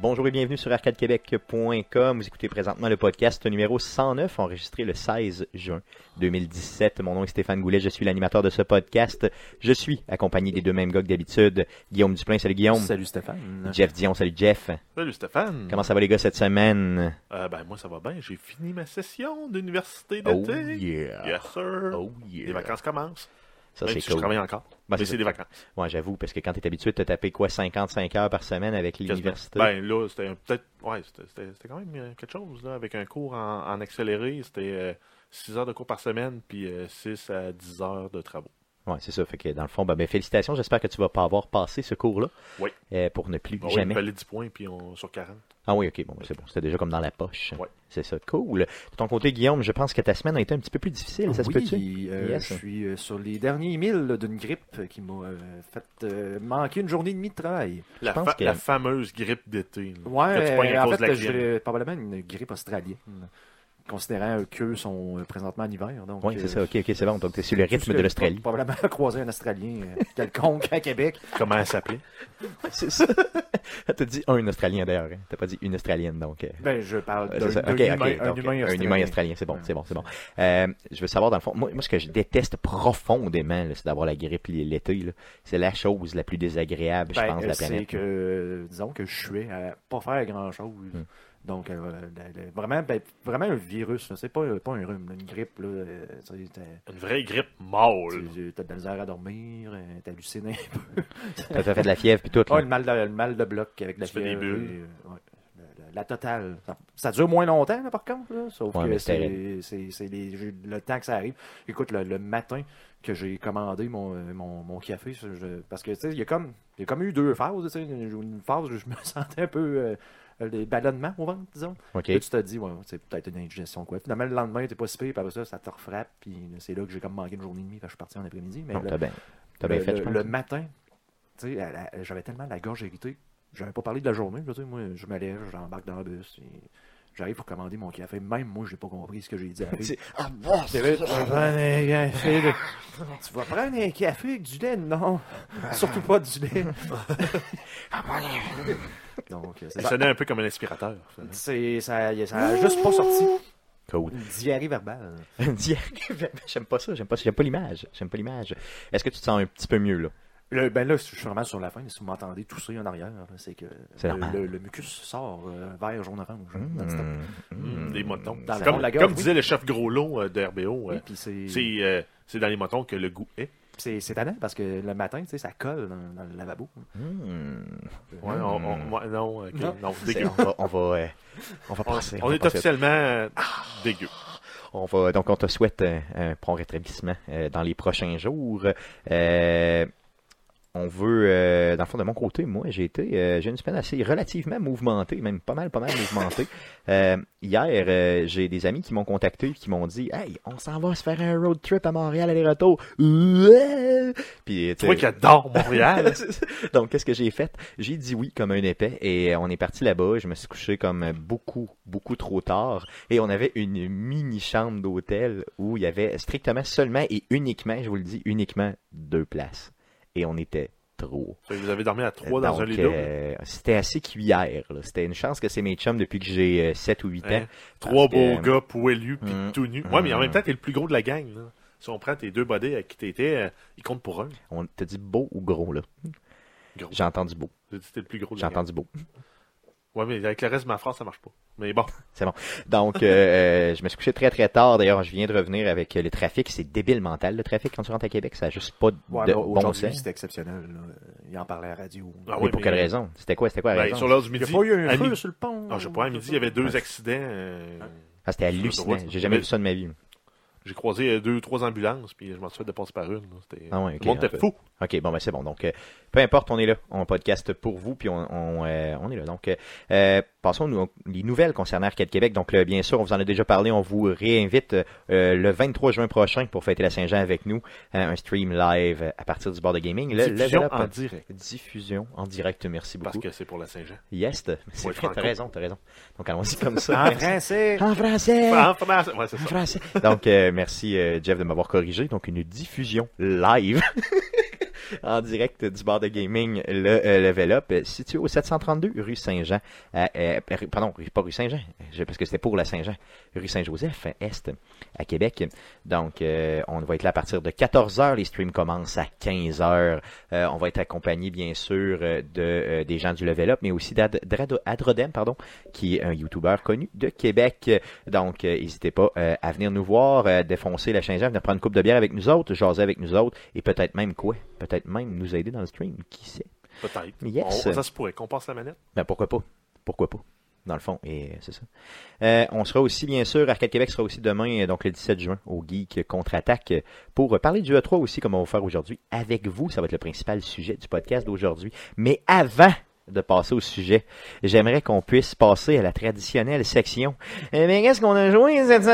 Bonjour et bienvenue sur arcadequebec.com. Vous écoutez présentement le podcast numéro 109, enregistré le 16 juin 2017. Mon nom est Stéphane Goulet, je suis l'animateur de ce podcast. Je suis accompagné des deux mêmes gars que d'habitude. Guillaume Duplain, salut Guillaume. Salut Stéphane. Jeff Dion, salut Jeff. Salut Stéphane. Comment ça va les gars cette semaine? Euh, ben moi ça va bien, j'ai fini ma session d'université Oh d'été. yeah. Yes sir. Oh yeah. Les vacances commencent. Ça Même c'est si je cool. travaille encore. Ben, c'est mais ça. c'est des vacances. Ouais, j'avoue, parce que quand t'es habitué de te taper quoi, 55 heures par semaine avec l'université. Ben là, c'était un- peut-être. Ouais, c'était- c'était c'était quand même euh, quelque chose, là, avec un cours en, en accéléré. C'était 6 heures de cours par semaine, puis 6 à 10 heures de travaux. Ouais, c'est ça. Fait que dans le fond, ben, ben, félicitations. J'espère que tu vas pas avoir passé ce cours-là. Oui. Euh, pour ne plus Bon, Ben ouais, jamais. il fallait 10 points puis on, sur 40. Ah oui, ok, bon, ben, c'est bon. C'était déjà comme dans la poche. Ouais. C'est ça, cool. De ton côté, Guillaume, je pense que ta semaine a été un petit peu plus difficile. Ça se peut-tu? oui, euh, Yes. je suis euh, sur les derniers milles là, d'une grippe qui m'a euh, fait euh, manquer une journée et demie de travail. La, pense fa- que- la fameuse grippe d'été. là, que tu Ouais, pognes euh, à en cause de fait, la grippe. j'ai probablement une grippe australienne, considérant qu'eux sont euh, présentement en hiver. Donc, Oui, euh, c'est ça, ok, ok, c'est bon. Donc, t'es sur le tout ce rythme que de j'ai l'Australie. pro- Probablement croisé un Australien euh, quelconque à Québec. Comment elle s'appelait c'est ça. T'as dit un Australien d'ailleurs. hein. T'as pas dit une Australienne, donc. euh, Ben, je parle Euh, d'un c'est ça. d'un Ok, humain, ok, un donc, humain australien. australien, c'est bon, Ouais. c'est bon, c'est bon. Euh, je veux savoir, dans le fond, moi, moi, ce que je déteste profondément, là, c'est d'avoir la grippe l'été. là. C'est la chose la plus désagréable, je Ben, pense, de euh, la c'est planète. que, euh, disons que je suis à pas faire grand-chose. Hmm. Donc, euh, la- la- vraiment, ben, vraiment un virus, là. c'est pas, pas un rhume, là, une grippe. Là, euh, tu sais, t'as- Une vraie grippe molle. tu- t'as de la misère à dormir, euh, t'hallucines un peu. T'as t'as fait de la fièvre puis tout. Ah, là. le, mal de, le mal de bloc avec la Tu fais des fièvre, bulles. et, euh, ouais, la, la- la totale. Ça, ça dure moins longtemps, là, par contre. là, sauf Ouais, que mais c'est c'est c'est- c'est les- j'ai- le temps que ça arrive. Écoute, le, le matin que j'ai commandé mon, euh, mon, mon café, ça, je- parce que, tu sais, il y, a comme- il y a comme eu deux phases. tu sais, Une, une phase où je me sentais un peu... euh, des ballonnements au ventre, disons. Ok. Et tu te dis, ouais, c'est peut-être une indigestion, quoi. Finalement, le lendemain, t'es pas si pire, puis après ça, ça te refrappe, puis c'est là que j'ai comme manqué une journée et demie, parce que je suis parti en après-midi. Mais Non, le- t'as bien, t'as le, bien fait, le- je pense. hein. le matin, tu sais, elle- elle- j'avais tellement la gorge irritée, j'avais pas parlé de la journée. Je veux dire, moi, je me lève, j'embarque dans le bus, et j'arrive pour commander mon café. Même moi, j'ai pas compris ce que j'ai dit. à la fille. Ah, C'est vrai, tu vas prendre un café. de- Tu vas prendre un café avec du lait? Non, surtout pas du lait. Ah, Donc, euh, c'est Elle ça. sonnait un peu comme un aspirateur. finalement. C'est- ça, y a- ça a juste pas sorti. Cool. Une diarrhée verbale. Diarrhée, j'aime pas ça, j'aime pas ça, j'aime pas l'image, j'aime pas l'image. Est-ce que tu te sens un petit peu mieux là Le- ben là, je suis vraiment sur la fin. mais Si vous m'entendez tousser en arrière, là, c'est que C'est le, normal. le- le mucus sort euh, vert, jaune, orange. non-stop. Hmm. Mm, Des motons. Dans la- Comme, la gorge, comme oui. disait le chef gros lot euh, de RBO, euh, Oui, puis c'est- c'est euh, c'est dans les motons que le goût est. c'est c'est tannant parce que le matin, tu sais, ça colle dans, dans le lavabo. Hmm. Ouais, on, on- ouais, non, ok, Non. non, C'est- dégueu. On va, on va, euh, on va On, passer. on va est passer. officiellement euh, dégueu. On va donc on te souhaite un, un prompt rétablissement euh, dans les prochains jours. Euh, on veut, euh, dans le fond de mon côté, moi j'ai été, euh, j'ai une semaine assez relativement mouvementée, même pas mal, pas mal mouvementée. Euh, hier, euh, j'ai des amis qui m'ont contacté et qui m'ont dit, hey, on s'en va se faire un road trip à Montréal aller-retour. Ouais! Puis tu Toi sais, qui adore Montréal. donc, qu'est-ce que j'ai fait? J'ai dit oui comme un épais et euh, on est parti là-bas. Je me suis couché comme beaucoup, beaucoup trop tard. Et on avait une mini chambre d'hôtel où il y avait strictement seulement et uniquement, je vous le dis, uniquement deux places. Et on était trop. Fait que vous avez dormi à trois dans Donc, un lit d'eau. hein? euh, C'était assez cuillère. là. C'était une chance que c'est mes chums depuis que j'ai 7 ou 8 ans. Hein? Trois parce beaux que- gars poilus puis Mm, tout nus. Ouais, mais en mm. même temps, t'es le plus gros de la gang. là. Si on prend tes deux bodés à qui t'étais, euh, ils comptent pour un. On t'a dit beau ou gros, là? Gros. J'ai entendu beau. J'ai dit t'es le plus gros de J'ai la gang. entendu beau. Ouais, mais avec le reste de ma France, ça marche pas. Mais bon, Donc, euh, euh, je me suis couché très très tard. D'ailleurs, je viens de revenir avec euh, le trafic. C'est débile mental, le trafic, quand tu rentres à Québec. Ça n'a juste pas de Ouais, mais bon aujourd'hui, sens. c'était exceptionnel. là. Il en parlait à la radio. Ah Mais ouais, pour mais- quelle raison? C'était quoi? C'était quoi la ben, raison? sur l'heure du Il n'y midi. a pas eu un à feu midi- sur le pont. Ah, je sais pas, à midi, il y avait deux accidents. euh, Ah, c'était hallucinant. sur- J'ai jamais mais- vu ça de ma vie. J'ai croisé euh, deux, trois ambulances, puis je m'en suis fait de passer par une. là. C'était- Ah ouais, ok, le monde un peu. était fou. Ok, bon, ben c'est bon. Donc, euh, peu importe, on est là. On podcast pour vous, puis on, on, euh, on est là. Donc, euh, euh, passons aux les nouvelles concernant Arcade Québec. Donc, là, bien sûr, on vous en a déjà parlé. On vous réinvite euh, euh, le 23 juin prochain pour fêter la Saint-Jean avec nous. Euh, un stream live à partir du bord de gaming. Le Diffusion Level Up- en direct. Diffusion en direct, merci beaucoup. Parce que c'est pour la Saint-Jean. Yes, t'as- c'est Ouais, vrai, t'as Franco. raison, t'as raison. Donc allons-y comme ça. En Merci. français. En français! Ah, pas mal, En ouais, c'est ça. français! Donc euh, merci euh, Jeff de m'avoir corrigé. Donc une diffusion live en direct du bar de gaming le euh, Level Up, euh, situé au 732 rue Saint-Jean, à, euh, rue- pardon, rue- pas rue Saint-Jean, je- parce que c'était pour la Saint-Jean, rue Saint-Joseph, euh, Est, à Québec. Donc, euh, on va être là à partir de 14h, les streams commencent à 15h. on va être accompagné, bien sûr, euh, de, euh, des gens du Level Up, mais aussi d'Ad- d'Ad- d'Adrodem, pardon, qui est un YouTuber connu de Québec. Donc, euh, n'hésitez pas euh, à venir nous voir, euh, défoncer la chaîne, venir prendre une coupe de bière avec nous autres, jaser avec nous autres, et peut-être même quoi? Peut-être même nous aider dans le stream, qui sait? Peut-être. Yes. On- ça se pourrait. Qu'on passe la manette. Ben pourquoi pas? Pourquoi pas? Dans le fond, et euh, c'est ça. Euh, on sera aussi, bien sûr, Arcade Québec sera aussi demain, euh, donc le 17 juin, au Geek Contre-Attaque, euh, pour euh, parler du E3 aussi, comme on va faire aujourd'hui, avec vous. Ça va être le principal sujet du podcast d'aujourd'hui. Mais avant de passer au sujet, j'aimerais qu'on puisse passer à la traditionnelle section. Euh, mais qu'est-ce qu'on a joué cette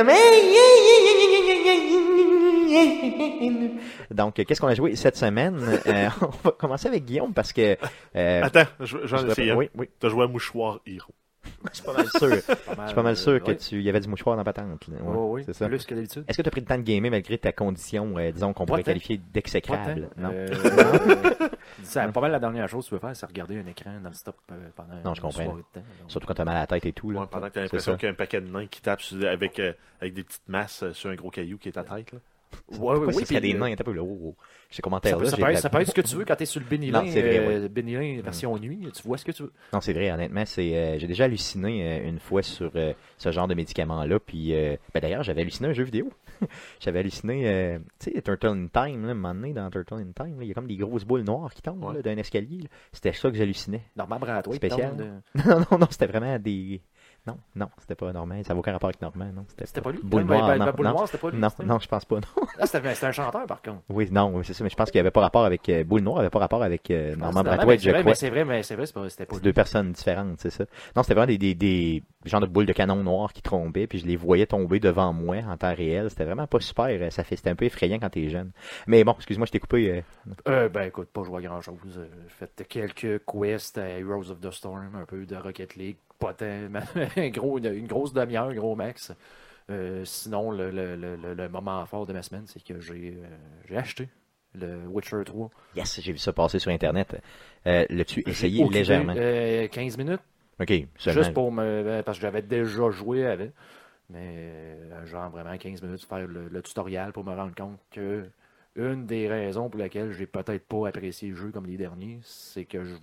semaine? Donc, euh, qu'est-ce qu'on a joué cette semaine? Euh, on va commencer avec Guillaume parce que... euh, Attends, je- j'en je ai essayé. voudrais- oui, un. oui. T'as joué à Mouchoir Hero. C'est pas mal sûr. Je suis pas mal sûr que euh, ouais. tu il y avait du mouchoir dans la patente. là. Ouais, Ouais, ouais, c'est ça. Plus que d'habitude. Est-ce que tu as pris le temps de gamer malgré ta condition, euh, disons, qu'on pourrait Pas tant. Euh, qualifier d'exécrable? Non. Non. c'est pas mal la dernière chose que tu veux faire, c'est regarder un écran non-stop euh, pendant Non, je une comprends. soirée de temps. Donc, Surtout quand t'as mal à la tête et tout. Là. Ouais, pendant que t'as C'est l'impression ça. qu'il y a un paquet de nains qui tapent sur- avec, euh, avec des petites masses euh, sur un gros caillou qui est à tête. Là. Ouais, Pourquoi ouais, s'il y a puis, des euh, nains? T'as pas eu le oh, oh. J'ai commenté Ça peut, là. ça j'ai peut être, la- ça peut être ce que tu veux quand t'es sur le Bénilin, Non, c'est vrai, Mm. euh, Bénilin version nuit, tu vois ce que tu veux. Non, c'est vrai, honnêtement, c'est euh, j'ai déjà halluciné euh, une fois sur euh, ce genre de médicament-là. Puis, euh, ben, d'ailleurs, j'avais halluciné un jeu vidéo. j'avais halluciné, euh, tu sais, Turtle in Time, là, un moment donné, dans Turtle in Time, là, il y a comme des grosses boules noires qui tombent Ouais. là, d'un escalier. là. C'était ça que j'hallucinais. Normal, bras à toi, Spécial. il euh, tombe de- Non, non, non, c'était vraiment des. Non, non, c'était pas Normand. Ça n'a aucun rapport avec Normand, non. C'était pas lui. Boule Ben, noire, ben, ben, non, Boule non. noire, c'était pas lui. Non, c'était- non, je pense pas, non. Ah, c'était c'était un chanteur par contre. Oui, non, oui, c'est ça, mais je pense qu'il n'y avait pas rapport avec. euh, Boule Noire avait pas rapport avec euh, Normand Ah, c'est Brathwaite, normal, je mais crois. C'est vrai, mais c'est vrai, mais c'est vrai, c'est pas- c'était pas C'est lui. deux personnes différentes, c'est ça. Non, c'était vraiment des, des, des genres de boules de canon noires qui trombaient, puis je les voyais tomber devant moi en temps réel. C'était vraiment pas super. euh, Ça fait, c'était un peu effrayant quand t'es jeune. Mais bon, excuse-moi, je t'ai coupé. euh, Euh, ben écoute, pas joué à grand chose. J'ai fait quelques quests à Heroes of the Storm, un peu de Rocket League, pas tant, mais un gros, une, une grosse demi-heure, un gros max. Euh, sinon, le, le- le- le- le moment fort de ma semaine, c'est que j'ai euh, j'ai acheté le Witcher 3. Yes, j'ai vu ça passer sur Internet. Euh, L'as-tu J'ai essayé occupé, légèrement? euh, 15 minutes, Ok, seulement. juste pour me. ben, Parce que j'avais déjà joué avec. Mais euh, genre vraiment 15 minutes pour faire le, le tutoriel pour me rendre compte que une des raisons pour laquelle j'ai peut-être pas apprécié le jeu comme les derniers, c'est que je vais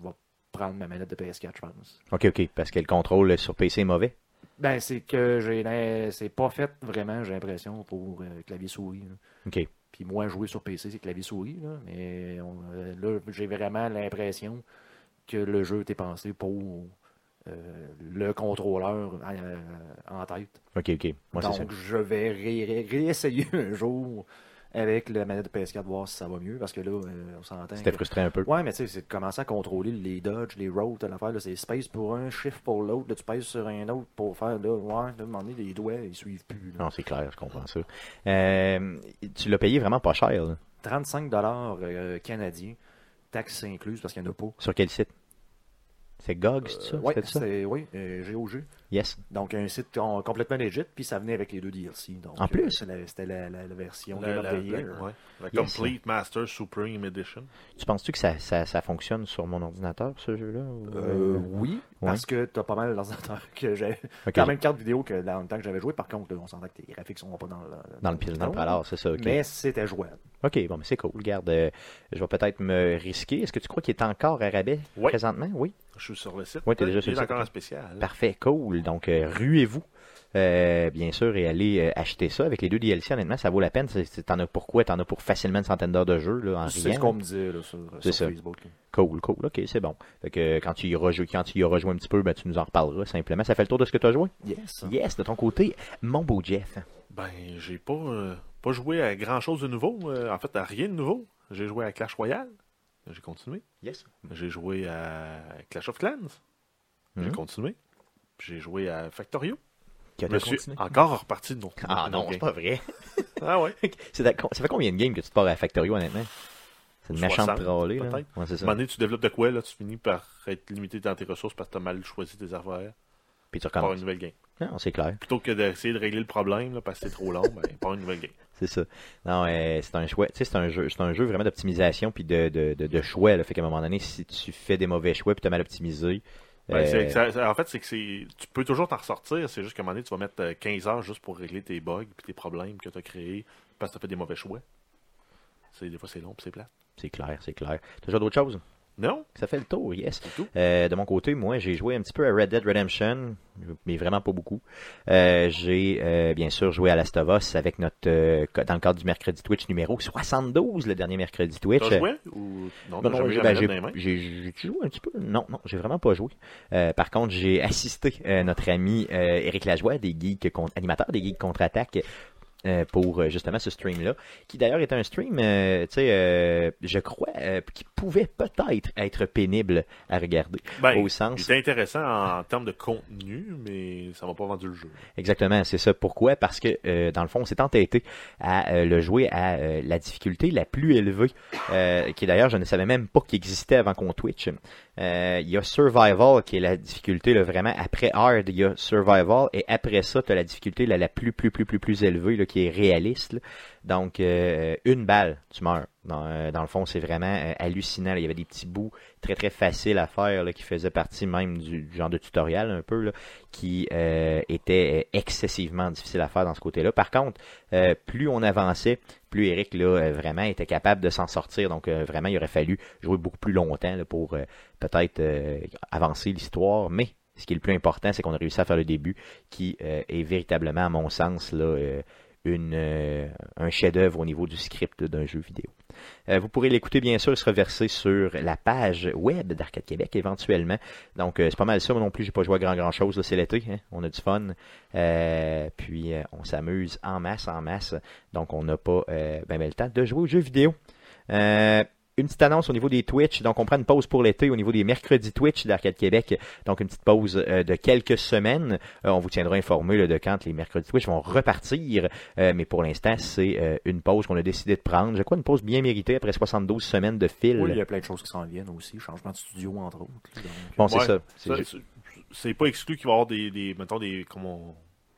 prendre ma manette de PS4, je pense. Ok, ok, parce que le contrôle sur PC est mauvais. Ben, c'est que j'ai l'im- c'est pas fait vraiment, j'ai l'impression, pour euh, clavier-souris. là. Ok. Puis moi, jouer sur PC, c'est clavier-souris, là. Mais on- euh, là, j'ai vraiment l'impression que le jeu était pensé pour euh, le contrôleur euh, en tête. Ok, ok. Moi, c'est ça. Donc, je vais ré- ré- réessayer un jour avec la manette de PS4, voir si ça va mieux, parce que là, euh, on s'entend. C'était que- frustrant un peu. Ouais, mais tu sais, c'est de commencer à contrôler les dodges, les rolls, t'as l'affaire, là, c'est space pour un, shift pour l'autre, là, tu pèses sur un autre pour faire, là, ouais, là, demander les doigts, ils suivent plus, là. Non, c'est clair, je comprends ça. Euh, tu l'as payé vraiment pas cher, là. 35 dollars euh, canadiens, taxes incluses, parce qu'il n'y en a pas. Sur quel site C'est GOG, c'est ça Euh, ouais, C'était ça c'est, oui, euh, GOG. Yes. Donc, un site com- complètement legit, puis ça venait avec les deux DLC. Donc, En euh, plus? c'était la- C'était la, la- la version La, Game la- of the Year. la- ouais. La Yes. Complete Master Supreme Edition. Tu penses-tu que ça, ça, ça fonctionne sur mon ordinateur, ce jeu-là ou, Euh, euh, oui, parce que t'as pas mal d'ordinateurs que j'ai. ok, T'as la même carte vidéo que dans le temps que j'avais joué. Par contre, là, on s'entend que tes graphiques sont pas dans le. Dans le pile, dans le piton. pralard, c'est ça. ok. Mais c'était jouable. Ok, bon, mais c'est cool. Regarde, euh, je vais peut-être me risquer. Est-ce que tu crois qu'il est encore à rabais Oui. présentement Oui. Je suis sur le site. Ouais, t'es déjà Il sur le est site, encore ok. en spécial. Parfait, cool. Donc, euh, ruez-vous, euh, bien sûr, et allez euh, acheter ça. Avec les deux DLC, honnêtement, ça vaut la peine. C'est- c'est- T'en as pour quoi T'en as pour facilement une centaine d'heures de jeu, là, en C'est rien. ce qu'on me dit là, sur, C'est sur ça. Facebook. là. Cool, cool. OK, c'est bon. Fait que euh, quand tu y rejoues, quand tu y auras joué un petit peu, ben, tu nous en reparleras simplement. Ça fait le tour de ce que tu as joué? Yes. Yes, de ton côté, mon beau Jeff. Ben, j'ai pas, euh, pas joué à grand chose de nouveau. euh, en fait, à rien de nouveau. J'ai joué à Clash Royale. J'ai continué. Yes. J'ai joué à Clash of Clans. J'ai Mhm. continué. J'ai joué à Factorio. Que Je t'as suis continué? encore reparti de mon Ah de mon non, c'est game. pas vrai. Ah ouais. C'est d'accord. Ça fait combien de games que tu te pars à Factorio, honnêtement? C'est une méchante 60, trollée, là. peut-être. Ouais, c'est À un ça. moment donné, tu développes de quoi, là, tu finis par être limité dans tes ressources parce que t'as mal choisi tes affaires. Puis tu par une recommences. nouvelle game. Non, c'est clair. Plutôt que d'essayer de régler le problème là, parce que c'est trop long, ben, par une nouvelle game. C'est ça. Non, euh, c'est un choix. Tu sais, c'est un jeu, c'est un jeu vraiment d'optimisation puis de, de, de, de choix. Là. Fait qu'à un moment donné, si tu fais des mauvais choix puis t'as mal optimisé, Ben, euh, c'est- ça- ça- en fait, c'est que c'est- tu peux toujours t'en ressortir. C'est juste qu'à un moment donné, tu vas mettre euh, 15 heures juste pour régler tes bugs puis tes problèmes que tu as créés parce que tu as fait des mauvais choix. C'est- Des fois, c'est long puis c'est plat. c'est clair, c'est clair. T'as joué à d'autres choses? Non? Ça fait le tour, yes. C'est tout. Euh, de mon côté, moi, j'ai joué un petit peu à Red Dead Redemption, mais vraiment pas beaucoup. Euh, j'ai euh, bien sûr joué à Last of Us avec notre euh, co- dans le cadre du mercredi Twitch numéro 72, le dernier mercredi Twitch. T'as joué ou Non, non? T'as non, jamais eu j'ai- la ben, manette j'ai- dans les mains? j'ai j'ai-tu joué un petit peu. Non, non, j'ai vraiment pas joué. Euh, par contre, j'ai assisté euh, notre ami euh, Éric Lajoie, des geeks con- animateur des geeks contre-attaque, euh, pour euh, justement ce stream-là, qui d'ailleurs est un stream, euh, tu sais, euh, je crois, euh, qui pouvait peut-être être pénible à regarder, Ben, au sens C'est intéressant en termes de contenu, mais ça m'a pas vendu le jeu. Exactement, c'est ça. Pourquoi? Parce que, euh, dans le fond, on s'est entêté à euh, le jouer à euh, la difficulté la plus élevée, euh, qui d'ailleurs, je ne savais même pas qu'il existait avant qu'on Twitch. Euh, Il y a Survival, qui est la difficulté là, vraiment après Hard, il y a Survival, et après ça, tu as la difficulté là, la plus, plus, plus, plus, plus élevée, là, qui est réaliste. là. Donc, euh, une balle, tu meurs. Dans, euh, dans le fond, c'est vraiment euh, hallucinant. là. Il y avait des petits bouts très, très faciles à faire là, qui faisaient partie même du, du genre de tutoriel un peu. là qui euh, était euh, excessivement difficile à faire dans ce côté-là. Par contre, euh, plus on avançait, plus Eric là euh, vraiment était capable de s'en sortir. Donc euh, vraiment, il aurait fallu jouer beaucoup plus longtemps là, pour euh, peut-être euh, avancer l'histoire. Mais ce qui est le plus important, c'est qu'on a réussi à faire le début, qui euh, est véritablement, à mon sens, là, euh, une, euh, un chef-d'œuvre au niveau du script d'un jeu vidéo. Euh, vous pourrez l'écouter bien sûr, il sera versé sur la page web d'Arcade Québec éventuellement. Donc, euh, c'est pas mal ça. Moi non plus, j'ai pas joué à grand grand chose. là. C'est l'été. hein. On a du fun. Euh, puis, euh, on s'amuse en masse, en masse. Donc, on n'a pas euh, ben, ben, le temps de jouer aux jeux vidéo. Euh, une petite annonce au niveau des Twitch. Donc, on prend une pause pour l'été au niveau des mercredis Twitch d'Arcade Québec. Donc, une petite pause euh, de quelques semaines. Euh, on vous tiendra informé là, de quand les mercredis Twitch vont repartir. Euh, mais pour l'instant, c'est euh, une pause qu'on a décidé de prendre. Je crois une pause bien méritée après 72 semaines de fil. Oui, il y a plein de choses qui s'en viennent aussi. Changement de studio, entre autres. là, donc. Bon, c'est Ouais, ça. C'est Ça, ju- c'est- C'est pas exclu qu'il va y avoir des, des mettons, des, comment,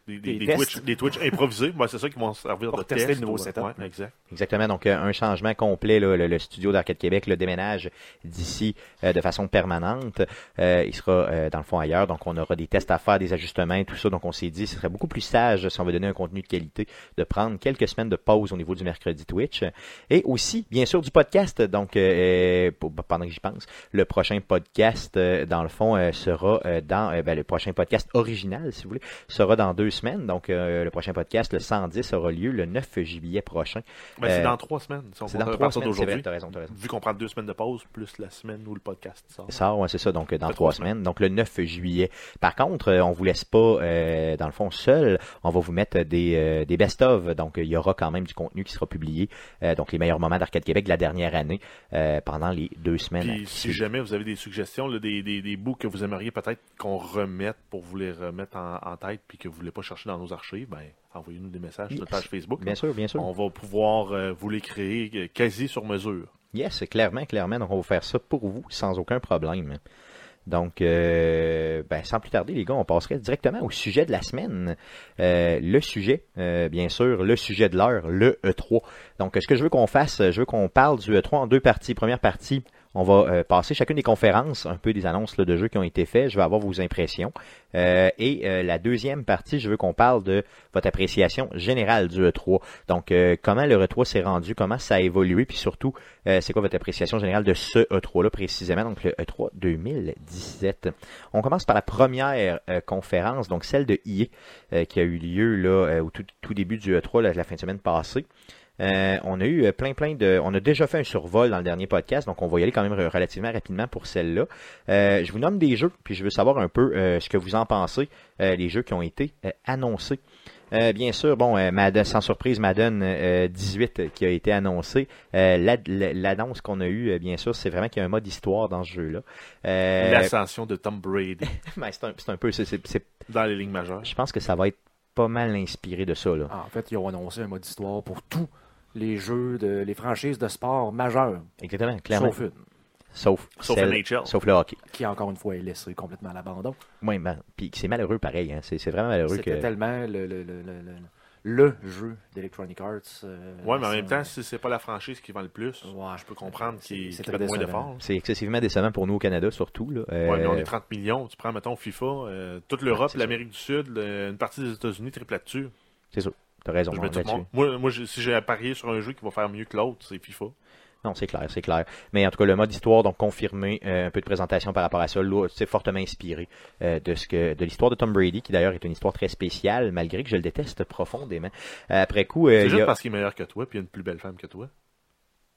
des, des, Des des tests. Twitch, des Twitch improvisés. Ben, c'est ça qui vont servir Pour de tester test le nouveau ou- setup. ouais, exact. Exactement. Donc, euh, un changement complet. là. le, le studio d'Arcade Québec le déménage d'ici euh, de façon permanente. Euh, il sera, euh, dans le fond, ailleurs. Donc, on aura des tests à faire, des ajustements, et tout ça. Donc, on s'est dit, ce serait beaucoup plus sage, si on veut donner un contenu de qualité, de prendre quelques semaines de pause au niveau du mercredi Twitch. Et aussi, bien sûr, du podcast. Donc, euh, pour- pendant que j'y pense, le prochain podcast, euh, dans le fond, euh, sera euh, dans... euh, ben, le prochain podcast original, si vous voulez, sera dans deux semaines. Donc, euh, le prochain podcast, le 110, aura lieu le 9 juillet prochain. Ben, c'est Euh, dans trois semaines. Si on C'est compte dans à trois partir semaines, c'est vrai, d'aujourd'hui. t'as raison, t'as raison. Vu qu'on prend deux semaines de pause, plus la semaine où le podcast sort. Ça, ouais, c'est ça, donc euh, dans Ça fait trois trois semaines, donc le 9 juillet. Par contre, euh, on vous laisse pas, euh, dans le fond, seul. On va vous mettre des, euh, des best-of, donc euh, il y aura quand même du contenu qui sera publié, euh, donc les meilleurs moments d'Arcade Québec de la dernière année, euh, pendant les deux semaines. Puis qui si suivent. jamais vous avez des suggestions, là, des, des, des bouts que vous aimeriez peut-être qu'on remette pour vous les remettre en, en tête puis que vous ne voulez pas chercher dans nos archives, ben, envoyez-nous des messages sur notre Yes. page Facebook. Bien sûr, bien sûr. On va pouvoir euh, vous les créer euh, quasi sur mesure. Yes, clairement, clairement. Donc, on va faire ça pour vous sans aucun problème. Donc, euh, ben, sans plus tarder, les gars, on passerait directement au sujet de la semaine. Euh, le sujet, euh, bien sûr, le sujet de l'heure, le E3. Donc, ce que je veux qu'on fasse, je veux qu'on parle du E3 en deux parties. Première partie, on va euh, passer chacune des conférences, un peu des annonces là, de jeux qui ont été faites. Je vais avoir vos impressions. Euh, et euh, la deuxième partie, je veux qu'on parle de votre appréciation générale du E3. Donc, euh, comment le E3 s'est rendu, comment ça a évolué, puis surtout, euh, c'est quoi votre appréciation générale de ce E3-là précisément, donc le E E3 2017. On commence par la première euh, conférence, donc celle de IE, qui a eu lieu là, euh, au tout, tout début du E3, là, la fin de semaine passée. Euh, on a eu euh, plein plein de... On a déjà fait un survol dans le dernier podcast, donc on va y aller quand même euh, relativement rapidement pour celle-là. Euh, je vous nomme des jeux, puis je veux savoir un peu euh, ce que vous en pensez, euh, les jeux qui ont été euh, annoncés. Euh, bien sûr, bon, euh, Madden- sans surprise, Madden euh, 18 euh, qui a été annoncé. Euh, la- la- L'annonce qu'on a eue, euh, bien sûr, c'est vraiment qu'il y a un mode histoire dans ce jeu-là. Euh, L'ascension de Tom Brady ben, c'est un, c'est un peu... c'est- c'est- c'est- dans les lignes majeures. je pense que ça va être pas mal inspiré de ça, là. euh, En fait, ils ont annoncé un mode histoire pour tous les jeux, de, les franchises de sport majeures, Exactement, clairement. sauf une. sauf, Sauf celle- NHL. sauf le hockey. qui encore une fois est laissé complètement à l'abandon. Oui, man. Puis c'est malheureux pareil. hein. C'est c'est vraiment malheureux C'était que. tellement le, le, le, le, le- le jeu d'Electronic Arts. euh, Ouais, mais en même ça- temps, si c'est pas la franchise qui vend le plus, Ouais. je peux comprendre qu'ils C'est- qu'ils c'est mettent moins décevant. d'efforts. C'est excessivement décevant pour nous au Canada, surtout. Là. Euh, Ouais, mais on est 30 millions. Tu prends, mettons, FIFA, euh, toute l'Europe, c'est l'Amérique du Sud, le- une partie des États-Unis, triple là-dessus. T'as raison. hein, Je on mets tout le là-dessus. monde. Moi, moi j'ai- si j'ai à parier sur un jeu qui va faire mieux que l'autre, c'est Euh, FIFA. Non, c'est clair, c'est clair. Mais en tout cas, le mode histoire, donc confirmé, euh, un peu de présentation par rapport à ça, là, c'est fortement inspiré euh, de ce que de l'histoire de Tom Brady, qui d'ailleurs est une histoire très spéciale, malgré que je le déteste profondément. Après coup, euh, C'est il y juste a- parce qu'il est meilleur que toi, puis il y a une plus belle femme que toi.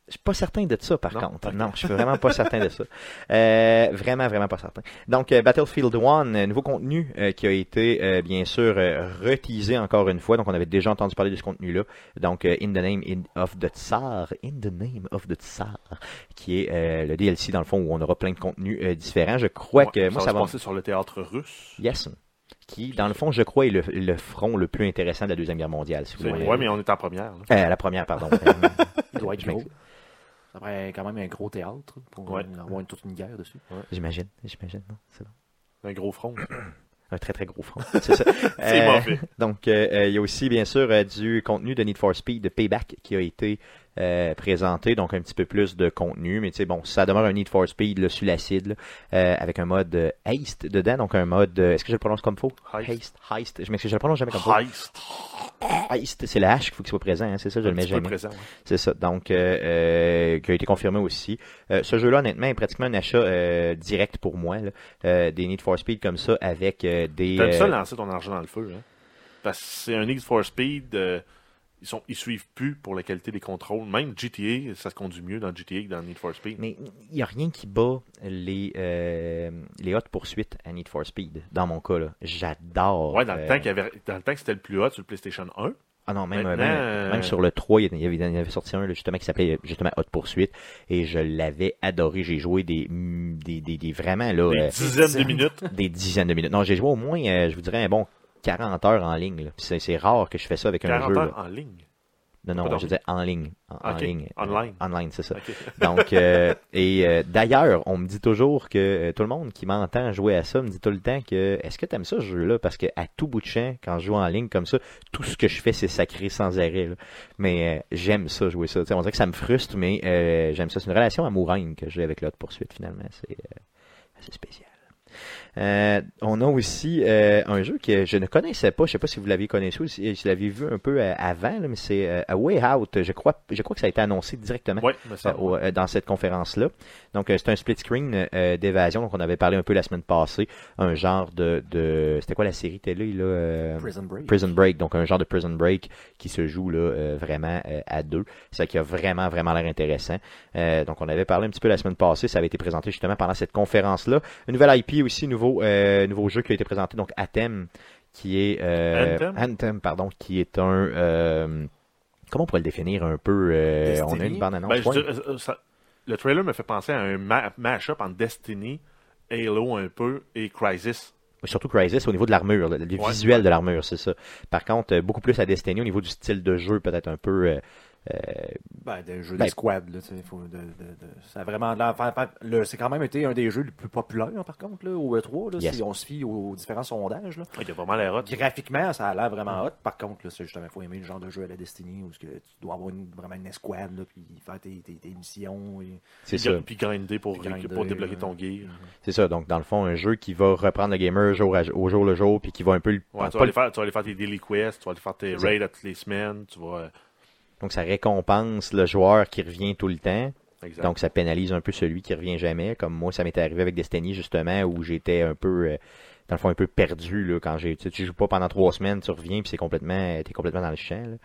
je suis pas certain de ça, par Non? contre. Non, je suis vraiment pas certain de ça. Euh, vraiment, vraiment pas certain. Donc, euh, Battlefield 1, euh, nouveau contenu euh, qui a été, euh, bien sûr, euh, reteasé encore une fois. Donc, on avait déjà entendu parler de ce contenu-là. Donc, euh, In the Name in- of the Tsar, In the Name of the Tsar, qui est euh, le DLC, dans le fond, où on aura plein de contenus euh, différents. Je crois Ouais, que moi, ça se va... passer sur le théâtre russe. Yes. Qui, dans le fond, je crois, est le, le front le plus intéressant de la Deuxième Guerre mondiale. Si vous C'est- voulez. Ouais, mais on est en première. là. Euh, la première, pardon. Euh, Il doit être Je m'ex- gros. Ça prend quand même un gros théâtre pour Ouais. euh, avoir une- toute une guerre dessus. j'imagine, j'imagine. non, c'est bon. Un gros front. Euh, Un très, très gros front. C'est ça. C'est Euh, mauvais. Donc, euh, euh, il y a aussi, bien sûr, euh, du contenu de Need for Speed, de Payback, qui a été euh, présenté. Donc, un petit peu plus de contenu. Mais tu sais, bon, ça demeure un Need for Speed là, sur l'acide, là, euh, avec un mode euh, Heist dedans. Donc, un mode... euh, Est-ce que je le prononce comme faux? Heist. Heist. Heist. Je m'excuse, je le prononce jamais comme faux. Heist. Heist. C'est la H qu'il faut qu'il soit présent. hein, C'est ça, je Un le mets petit peu jamais. présent, ouais. C'est ça. Donc, euh, euh, qui a été confirmé aussi. Euh, ce jeu-là, honnêtement, est pratiquement un achat euh, direct pour moi. là. Euh, des Need for Speed comme ça, avec euh, des... T'aimes ça euh, lancer ton argent dans le feu, hein? Parce que c'est un Need for Speed, euh, ils, sont, ils suivent plus pour la qualité des contrôles. Même GTA, ça se conduit mieux dans GTA que dans Need for Speed. Mais il n'y a rien qui bat les, euh, les hautes poursuites à Need for Speed, dans mon cas. là. J'adore. Ouais, dans le euh, temps qu'il y avait, dans le temps que c'était le plus hot sur le PlayStation 1. Ah non, même, Maintenant, même, euh, même sur le 3, il y avait, il y en avait sorti un là, justement qui s'appelait justement Haute Poursuite et je l'avais adoré. J'ai joué des, des, des, des- vraiment là, Des euh, dizaines de minutes. des dizaines de minutes. Non, j'ai joué au moins, euh, je vous dirais, un bon 40 heures en ligne. là. Puis C'est c'est rare que je fais ça avec un 40 jeu. là. heures en ligne. Non, non, Pas je dormi. disais en ligne. En, en Ok, ligne. euh, online. Online, c'est ça. Ok. Donc, euh, et euh, d'ailleurs, on me dit toujours que euh, tout le monde qui m'entend jouer à ça me dit tout le temps que est-ce que t'aimes ça ce jeu-là Parce que à tout bout de champ, quand je joue en ligne comme ça, tout ce que je fais c'est sacré sans arrêt. là. Mais euh, j'aime ça jouer ça. Tu sais, on dirait que ça me frustre, mais euh, j'aime ça. C'est une relation amoureuse que j'ai avec l'autre poursuite finalement. C'est euh, assez spécial. Euh, on a aussi euh, un jeu que je ne connaissais pas. Je sais pas si vous l'aviez connaissez ou si, si vous l'aviez vu un peu euh, avant, là, mais c'est euh, A Way Out. Je crois, je crois que ça a été annoncé directement Ouais, me euh, semble. au- euh, dans cette conférence-là. Donc, euh, c'est un split screen euh, d'évasion. Donc, on avait parlé un peu la semaine passée. Un genre de. de c'était quoi la série télé, là euh, Prison Break. Prison Break, donc un genre de Prison Break qui se joue là euh, vraiment euh, à deux. C'est qui a vraiment vraiment l'air intéressant. Euh, donc on avait parlé un petit peu la semaine passée, ça avait été présenté justement pendant cette conférence là. Une nouvelle IP aussi, nouveau euh, nouveau jeu qui a été présenté donc Anthem qui est euh, Anthem? pardon, qui est un euh, comment on pourrait le définir un peu euh, Destiny? On a une bande annonce. Ben, je dirais, euh, ça- le trailer me fait penser à un ma- mash-up entre Destiny, Halo un peu et Crisis. Surtout Crisis au niveau de l'armure, le, le Ouais. visuel de l'armure, c'est ça. Par contre, euh, beaucoup plus à Destiny au niveau du style de jeu, peut-être un peu euh, euh, Ben, des jeux Ben- de squad, là, tu sais, faut de- de- de- ça a vraiment de l'air- enfin, enfin, le- C'est quand même été un des jeux les plus populaires, par contre, là, au E3, là, Yes. si on se fie aux, différents sondages. là. Il y a vraiment l'air hot. Graphiquement, ça a l'air vraiment Mm-hmm. hot. Par contre, là, c'est justement, faut aimer le genre de jeu à la Destiny où ce que tu dois avoir une- vraiment une escouade, là, puis faire tes, tes- tes missions. et- c'est ça. Puis- Puis grinder pour, Puis grinder, pour débloquer ouais. ton gear. C'est ça, donc dans le fond, un jeu qui va reprendre le gamer jour à- au jour le jour, puis qui va un peu le... Ouais, Ah, pas tu, vas le- aller faire, tu vas aller faire tes daily quests, tu vas aller faire tes raids à toutes les semaines, tu vas... euh, Donc ça récompense le joueur qui revient tout le temps, Exact. donc ça pénalise un peu celui qui revient jamais, comme moi ça m'était arrivé avec Destiny justement, où j'étais un peu, euh, dans le fond, un peu perdu, là, quand j'ai, tu sais, tu joues pas pendant trois semaines, tu reviens, puis c'est complètement, t'es complètement dans le champ. là.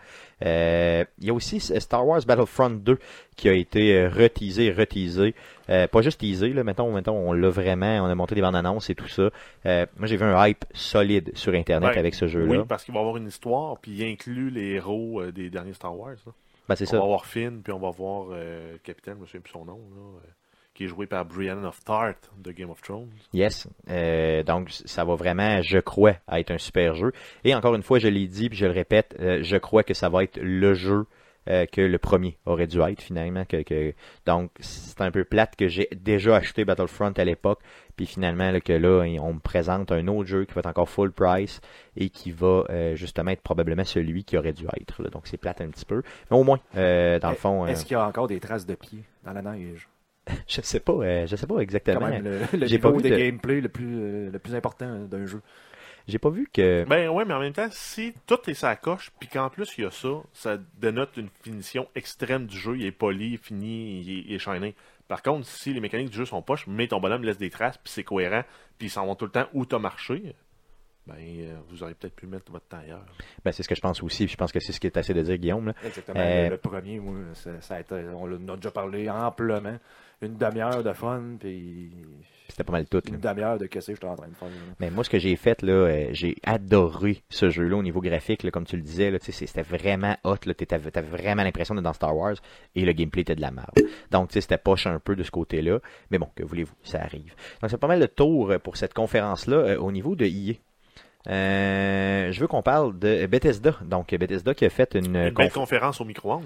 Euh, Il y a aussi euh, Star Wars Battlefront 2 qui a été euh, reteasé, reteasé. Euh, pas juste teasé, là, mettons, mettons, on l'a vraiment, on a monté des bandes annonces et tout ça. Euh, moi, j'ai vu un hype solide sur Internet Ouais. avec ce jeu-là. oui, parce qu'il va avoir une histoire, puis il inclut les héros euh, des derniers Star Wars. là. Ben, c'est On ça. va voir Finn, puis on va voir euh, Capitaine, je me souviens plus son nom, là, euh, qui est joué par Brienne of Tarth de Game of Thrones. Yes. Euh, donc, ça va vraiment, je crois, à être un super jeu. Et encore une fois, je l'ai dit, puis je le répète, euh, je crois que ça va être le jeu euh, que le premier aurait dû être finalement. Que, que- Donc c'est un peu plate que j'ai déjà acheté Battlefront à l'époque, puis finalement là, que là on me présente un autre jeu qui va être encore full price et qui va euh, justement être probablement celui qui aurait dû être. là. Donc c'est plate un petit peu, mais au moins euh, dans le fond, euh, Eh, Est-ce qu'il y a encore des traces de pieds dans la neige? je sais pas, euh, je sais pas Quand exactement. même, le, le j'ai pas niveau vu de de- gameplay le plus, euh, le plus important d'un jeu. J'ai pas vu que Ben ouais, mais en même temps, si tout est sa coche, puis qu'en plus il y a ça, ça dénote une finition extrême du jeu. Il est poli, fini, il est, il est shiny. Par contre, si les mécaniques du jeu sont poches, mais ton bonhomme laisse des traces, puis c'est cohérent, puis ils s'en vont tout le temps où t'as marché, ben euh, vous auriez peut-être pu mettre votre temps ailleurs. ben, c'est ce que je pense aussi, puis je pense que c'est ce qui est assez de dire Guillaume. là. Exactement. Euh, Le, le premier, moi, ça, ça a été, on en a déjà parlé amplement. Une demi-heure de fun, puis C'était pas mal tout. là. une demi-heure de qu'est-ce que j'étais en train de faire. là. Mais moi, ce que j'ai fait, là, euh, j'ai adoré ce jeu-là au niveau graphique, là, comme tu le disais, là, tu sais, c'est- c'était vraiment hot, là, t'étais- t'avais vraiment l'impression d'être dans Star Wars, et le gameplay était de la merde. Donc, tu sais, c'était poche un peu de ce côté-là, mais bon, que voulez-vous, ça arrive. Donc, c'est pas mal le tour euh, pour cette conférence-là euh, au niveau de EA. Euh, je veux qu'on parle de Bethesda. Donc, Bethesda qui a fait une, Une belle conférence. conférence au micro-ondes.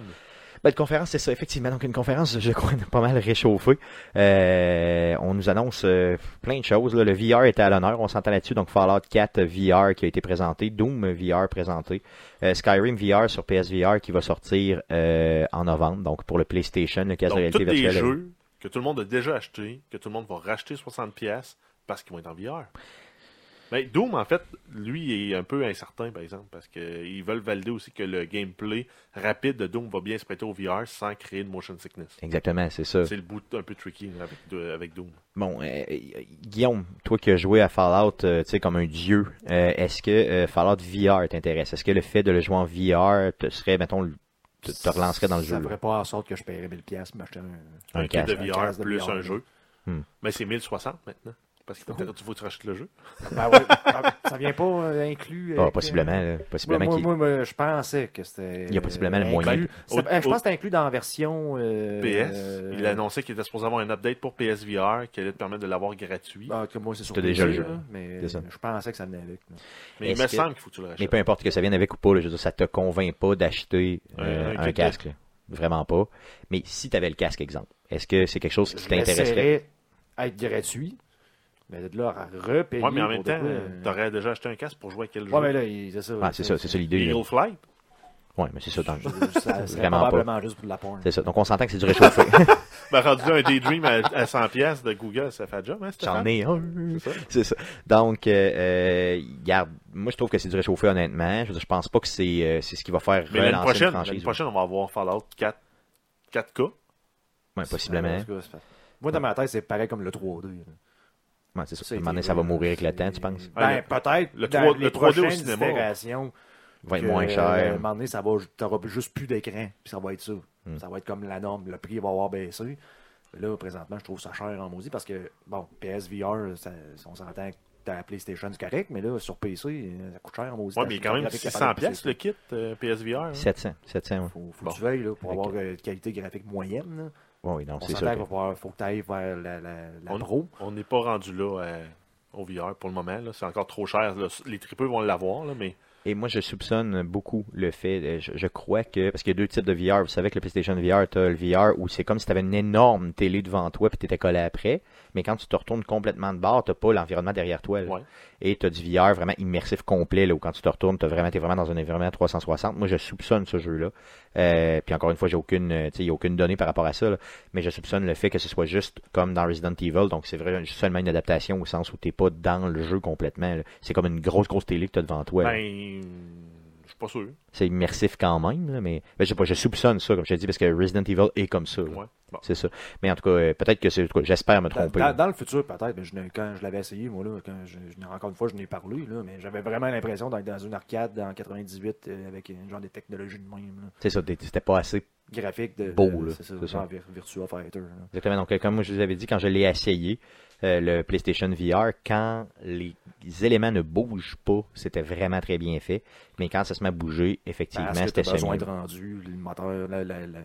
Ben, une conférence, c'est ça, effectivement. Donc, une conférence, je crois, pas mal réchauffée. Euh, on nous annonce euh, plein de choses. là. Le VR était à l'honneur, on s'entend là-dessus. Donc, Fallout 4 VR qui a été présenté, Doom VR présenté, Euh, Skyrim VR sur PSVR qui va sortir euh, en novembre, donc pour le PlayStation, le cas de Donc, tous réalité des virtuelle. jeux que tout le monde a déjà acheté, que tout le monde va racheter 60$ parce qu'ils vont être en VR. Mais Doom, en fait, lui est un peu incertain, par exemple, parce qu'ils veulent valider aussi que le gameplay rapide de Doom va bien se prêter au VR sans créer de motion sickness. Exactement, c'est ça. C'est le bout un peu tricky avec, de- avec Doom. Bon, euh, Guillaume, toi qui as joué à Fallout, euh, tu sais, comme un dieu, euh, est-ce que euh, Fallout VR t'intéresse? Est-ce que le fait de le jouer en VR te serait, mettons, le- te, te relancerait dans le ça jeu? là? ferait pas en sorte que je paierais 1000$ pièces m'acheter un. Un Un kit de casque, un VR casque de plus VR, un oui. jeu. Hmm. Mais c'est 1060 maintenant. Parce qu'il faut que tu- faut que tu rachètes le jeu. Ben ouais, ah, ça vient pas euh, inclus. Ah, avec, euh, possiblement, là. Moi, possiblement moi, qu'il- moi, moi, je pensais que c'était. Il y a possiblement le euh, moyen. inclus. Au- C'est- euh, je au- pense que c'était inclus dans la version. euh, PS, il euh, annonçait qu'il était supposé avoir un update pour PSVR qui allait te permettre de l'avoir gratuit. ah, que moi, c'est sur T'as déjà PC, le jeu. là, Mais C'est ça. je pensais que ça venait avec. là. Mais il est-ce me que- semble qu'il faut que tu le rachètes. Mais peu importe que ça vienne avec ou pas, là, je veux dire, ça te convainc pas d'acheter euh, Un- un un, kit de- casque. là. Vraiment pas. Mais si tu avais le casque, exemple, est-ce que c'est quelque chose qui Je t'intéresserait? laisserais être gratuit, mais de là à repayer. Ouais, mais en même pour de temps, quoi, euh, euh, t'aurais déjà acheté un casque pour jouer à quel jeu Ouais, mais là, il- c'est ça. Ah, c'est ça, c'est ça l'idée. là. Eagle Flight Ouais, mais c'est ça. donc- ça serait Vraiment pas. probablement juste pour de la porn. C'est ça. Donc on s'entend que c'est du réchauffé. Ben, rendu là, un Daydream à, à 100$ piastres de Google, ça fait job, hein, J'en Stéphane? ai un. C'est ça. C'est ça. Donc, euh, euh, garde, moi je trouve que c'est du réchauffé honnêtement. Je, veux dire, je pense pas que c'est euh, c'est ce qui va faire Mais relancer l'année une prochaine, l'année franchise. prochaine, on va avoir Fallout 4, 4K. Ouais, possiblement. En tout cas, c'est fait. Moi, dans ma tête, c'est pareil comme le 3D. là. Ouais, c'est ça. Ça, À un moment donné, c'est- ça va mourir avec le c'est- temps, tu penses? Ben, Ouais, peut-être. le Le, 3 3, le 3D au cinéma. Va être que, moins euh, À un cher. moment donné, ça va, t'auras juste plus d'écran, puis ça va être ça. Hmm. Ça va être comme la norme, le prix va avoir baissé. Là, présentement, je trouve ça cher en maudit parce que, bon, PSVR, ça, on s'entend que t'as la PlayStation, c'est correct, mais là, sur PC, euh, ça coûte cher en maudit. Ouais, mais quand même Avec 600$ l'appareil, piastres, le kit euh, PSVR. hein. 700. 700, ouais. Faut, faut Bon. que tu veilles là, pour Ok. avoir euh, une qualité graphique moyenne. là. Ouais, oui, non, On c'est s'entend sûr. qu'il va falloir- faut que tu ailles vers la, la, la On- pro. On n'est pas rendu là euh, au VR pour le moment. là. C'est encore trop cher. là. Les tripeux vont l'avoir, là, mais Et moi, je soupçonne beaucoup le fait, euh, je, je crois que, parce qu'il y a deux types de VR, vous savez que le PlayStation VR, tu as le VR où c'est comme si tu avais une énorme télé devant toi puis tu étais collé après, mais quand tu te retournes complètement de bord, tu pas l'environnement derrière toi. là. Ouais. Et tu as du VR vraiment immersif complet, là, où quand tu te retournes, tu es vraiment, t'es vraiment dans un environnement 360. Moi, je soupçonne ce jeu-là. Euh, puis encore une fois, j'ai aucune, euh, tu sais, il y a aucune donnée par rapport à ça, là. mais je soupçonne le fait que ce soit juste comme dans Resident Evil, donc c'est vraiment seulement une adaptation au sens où tu pas dans le jeu complètement. là. C'est comme une grosse, grosse télé que tu as devant toi. là ben, je suis pas sûr. c'est immersif quand même, là, mais ben, je sais pas, je soupçonne ça, comme je te dis, parce que Resident Evil est comme ça. là. Ouais. Bon. C'est ça. Mais en tout cas, euh, peut-être que c'est. en tout cas, J'espère me Dans, tromper. dans- là. dans le futur, peut-être, mais je n'ai- quand je l'avais essayé, moi, là, quand je, je n'ai- encore une fois, je n'ai parlé, là, mais j'avais vraiment l'impression d'être dans une arcade en 98 euh, avec un genre des technologies de même. là. C'est ça, t'es- c'était pas assez. Graphique de. Beau, là, C'est ça, c'est ça. genre vir- Virtua Fighter. là. Exactement. Donc, euh, comme je vous avais dit, quand je l'ai essayé, euh, le PlayStation VR, quand les éléments ne bougent pas, c'était vraiment très bien fait. Mais quand ça se met à bouger, effectivement, Parce Ben, que c'était t'as besoin semi. de rendu, le moteur, la, la, la,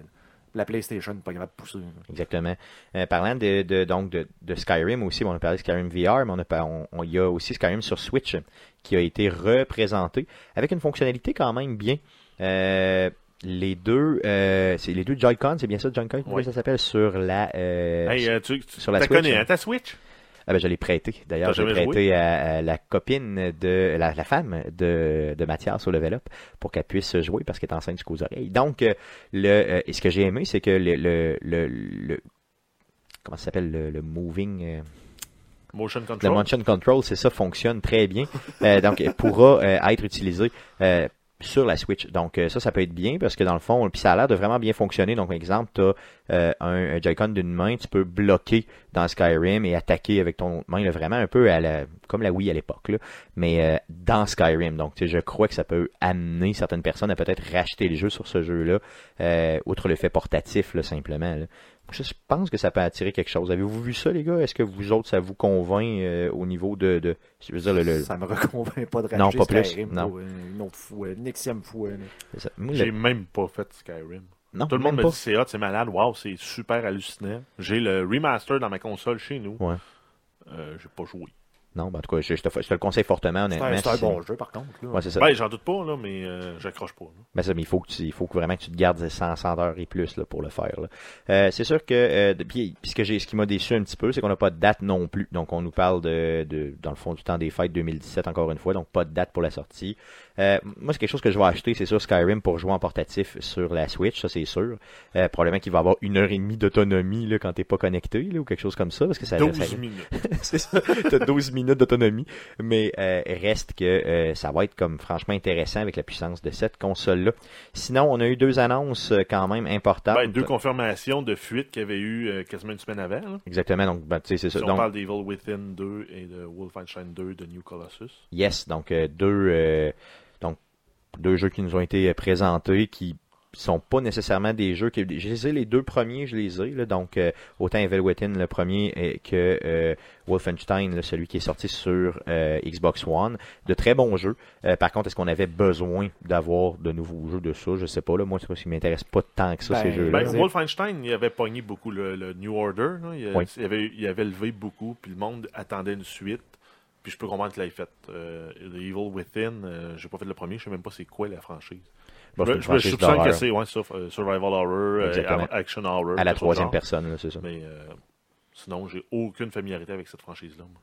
la PlayStation, pas capable de pousser. là. Exactement. Euh, parlant de, de- donc de, de Skyrim aussi, bon, on a parlé de Skyrim VR, mais on a, par- on- on- il y a aussi Skyrim sur Switch qui a été représenté avec une fonctionnalité quand même bien. Euh, les deux, euh, c'est les deux Joy-Con, c'est bien ça, Joy-Con, comment Ouais. ça s'appelle sur la. euh, Hey, euh, tu, tu sur la t'as Switch, connais, hein? hein, ta Switch? Ah ben je l'ai prêté. D'ailleurs, T'as j'ai jamais prêté à, à la copine de la, la femme de, de Mathias au level up pour qu'elle puisse jouer parce qu'elle est enceinte jusqu'aux oreilles. Donc euh, le euh, et ce que j'ai aimé, c'est que le le, le, le- comment ça s'appelle le, le moving euh, Motion le Control. motion control, c'est ça, fonctionne très bien. Euh, donc, elle pourra euh, être utilisé euh, sur la Switch. Donc, euh, ça, ça peut être bien parce que dans le fond, puis ça a l'air de vraiment bien fonctionner. Donc, exemple, tu as un, un Joy-Con d'une main, tu peux bloquer dans Skyrim et attaquer avec ton autre main, là, vraiment un peu à la, comme la Wii à l'époque, là, mais euh, dans Skyrim. Donc, tu sais, je crois que ça peut amener certaines personnes à peut-être racheter le jeu sur ce jeu-là, euh, outre le fait portatif, là, simplement. là. Je pense que ça peut attirer quelque chose. Avez-vous vu ça, les gars? Est-ce que vous autres, ça vous convainc euh, au niveau de, de- Je veux dire, le- le- Ça me reconvainc pas de racheter Non, pas plus, Skyrim non. pour, euh, une autre fois, une xème fois. là. ça- moi, le- J'ai même pas fait Skyrim. non, Tout le même monde me pas. dit c'est hot, c'est malade, waouh, c'est super hallucinant. J'ai le remaster dans ma console chez nous. Ouais. Euh, j'ai pas joué. Non, ben, en tout cas, je, je te, je te le conseille fortement, C'est honnêtement. un, c'est un si- bon jeu, par contre. là. Ouais, c'est ça. Ben, j'en doute pas, là, mais euh, j'accroche pas. là. Mais ça, mais il faut que tu, il faut que vraiment que tu te gardes 100, 100 heures et plus là, pour le faire. là. Euh, c'est sûr que euh, de- puis, puis ce que j'ai, ce qui m'a déçu un petit peu, c'est qu'on n'a pas de date non plus. Donc on nous parle de, de- dans le fond du temps des fêtes 2017 encore une fois, donc pas de date pour la sortie. Euh, moi c'est quelque chose que je vais acheter, c'est sûr Skyrim pour jouer en portatif sur la Switch, ça c'est sûr. Euh, probablement qu'il va avoir une heure et demie d'autonomie là quand t'es pas connecté là, ou quelque chose comme ça parce que ça, 12 Ben, ça- minutes. c'est ça. T'as 12 minutes d'autonomie. Mais euh, reste que euh, ça va être comme franchement intéressant avec la puissance de cette console-là. Sinon, on a eu deux annonces euh, quand même importantes. Ben, deux confirmations de fuite qu'il y avait eu euh, quasiment une semaine avant. là. Exactement, donc ben, tu sais, c'est Si ça. on Donc, parle d'Evil Within 2 et de Wolfenstein 2 de New Colossus. yes, donc euh, deux euh, donc deux jeux qui nous ont été euh, présentés qui sont pas nécessairement des jeux qui je les ai les deux premiers je les ai là, donc euh, autant Evil Within le premier euh, que euh, Wolfenstein là, celui qui est sorti sur euh, Xbox One de très bons jeux Euh, par contre est-ce qu'on avait besoin d'avoir de nouveaux jeux de ça je sais pas là moi ça m'intéresse pas tant que ça ces Ben, jeux là Ben, Vas-y. Wolfenstein, il avait pogné beaucoup le, le New Order. là. Il, Oui. il avait, il avait levé beaucoup, puis le monde attendait une suite. Puis je peux comprendre qu'il l'ait fait. Euh, The Evil Within, euh, j'ai pas fait le premier, je sais même pas c'est quoi la franchise. Bon, je, c'est une me- je me franchise soupçonne que d'horreur c'est ouais, sur- euh, Survival Horror, euh, Exactement. Action Horror. à la quelque chose troisième genre. personne là, c'est ça Mais euh, sinon, j'ai aucune familiarité avec cette franchise-là. moi.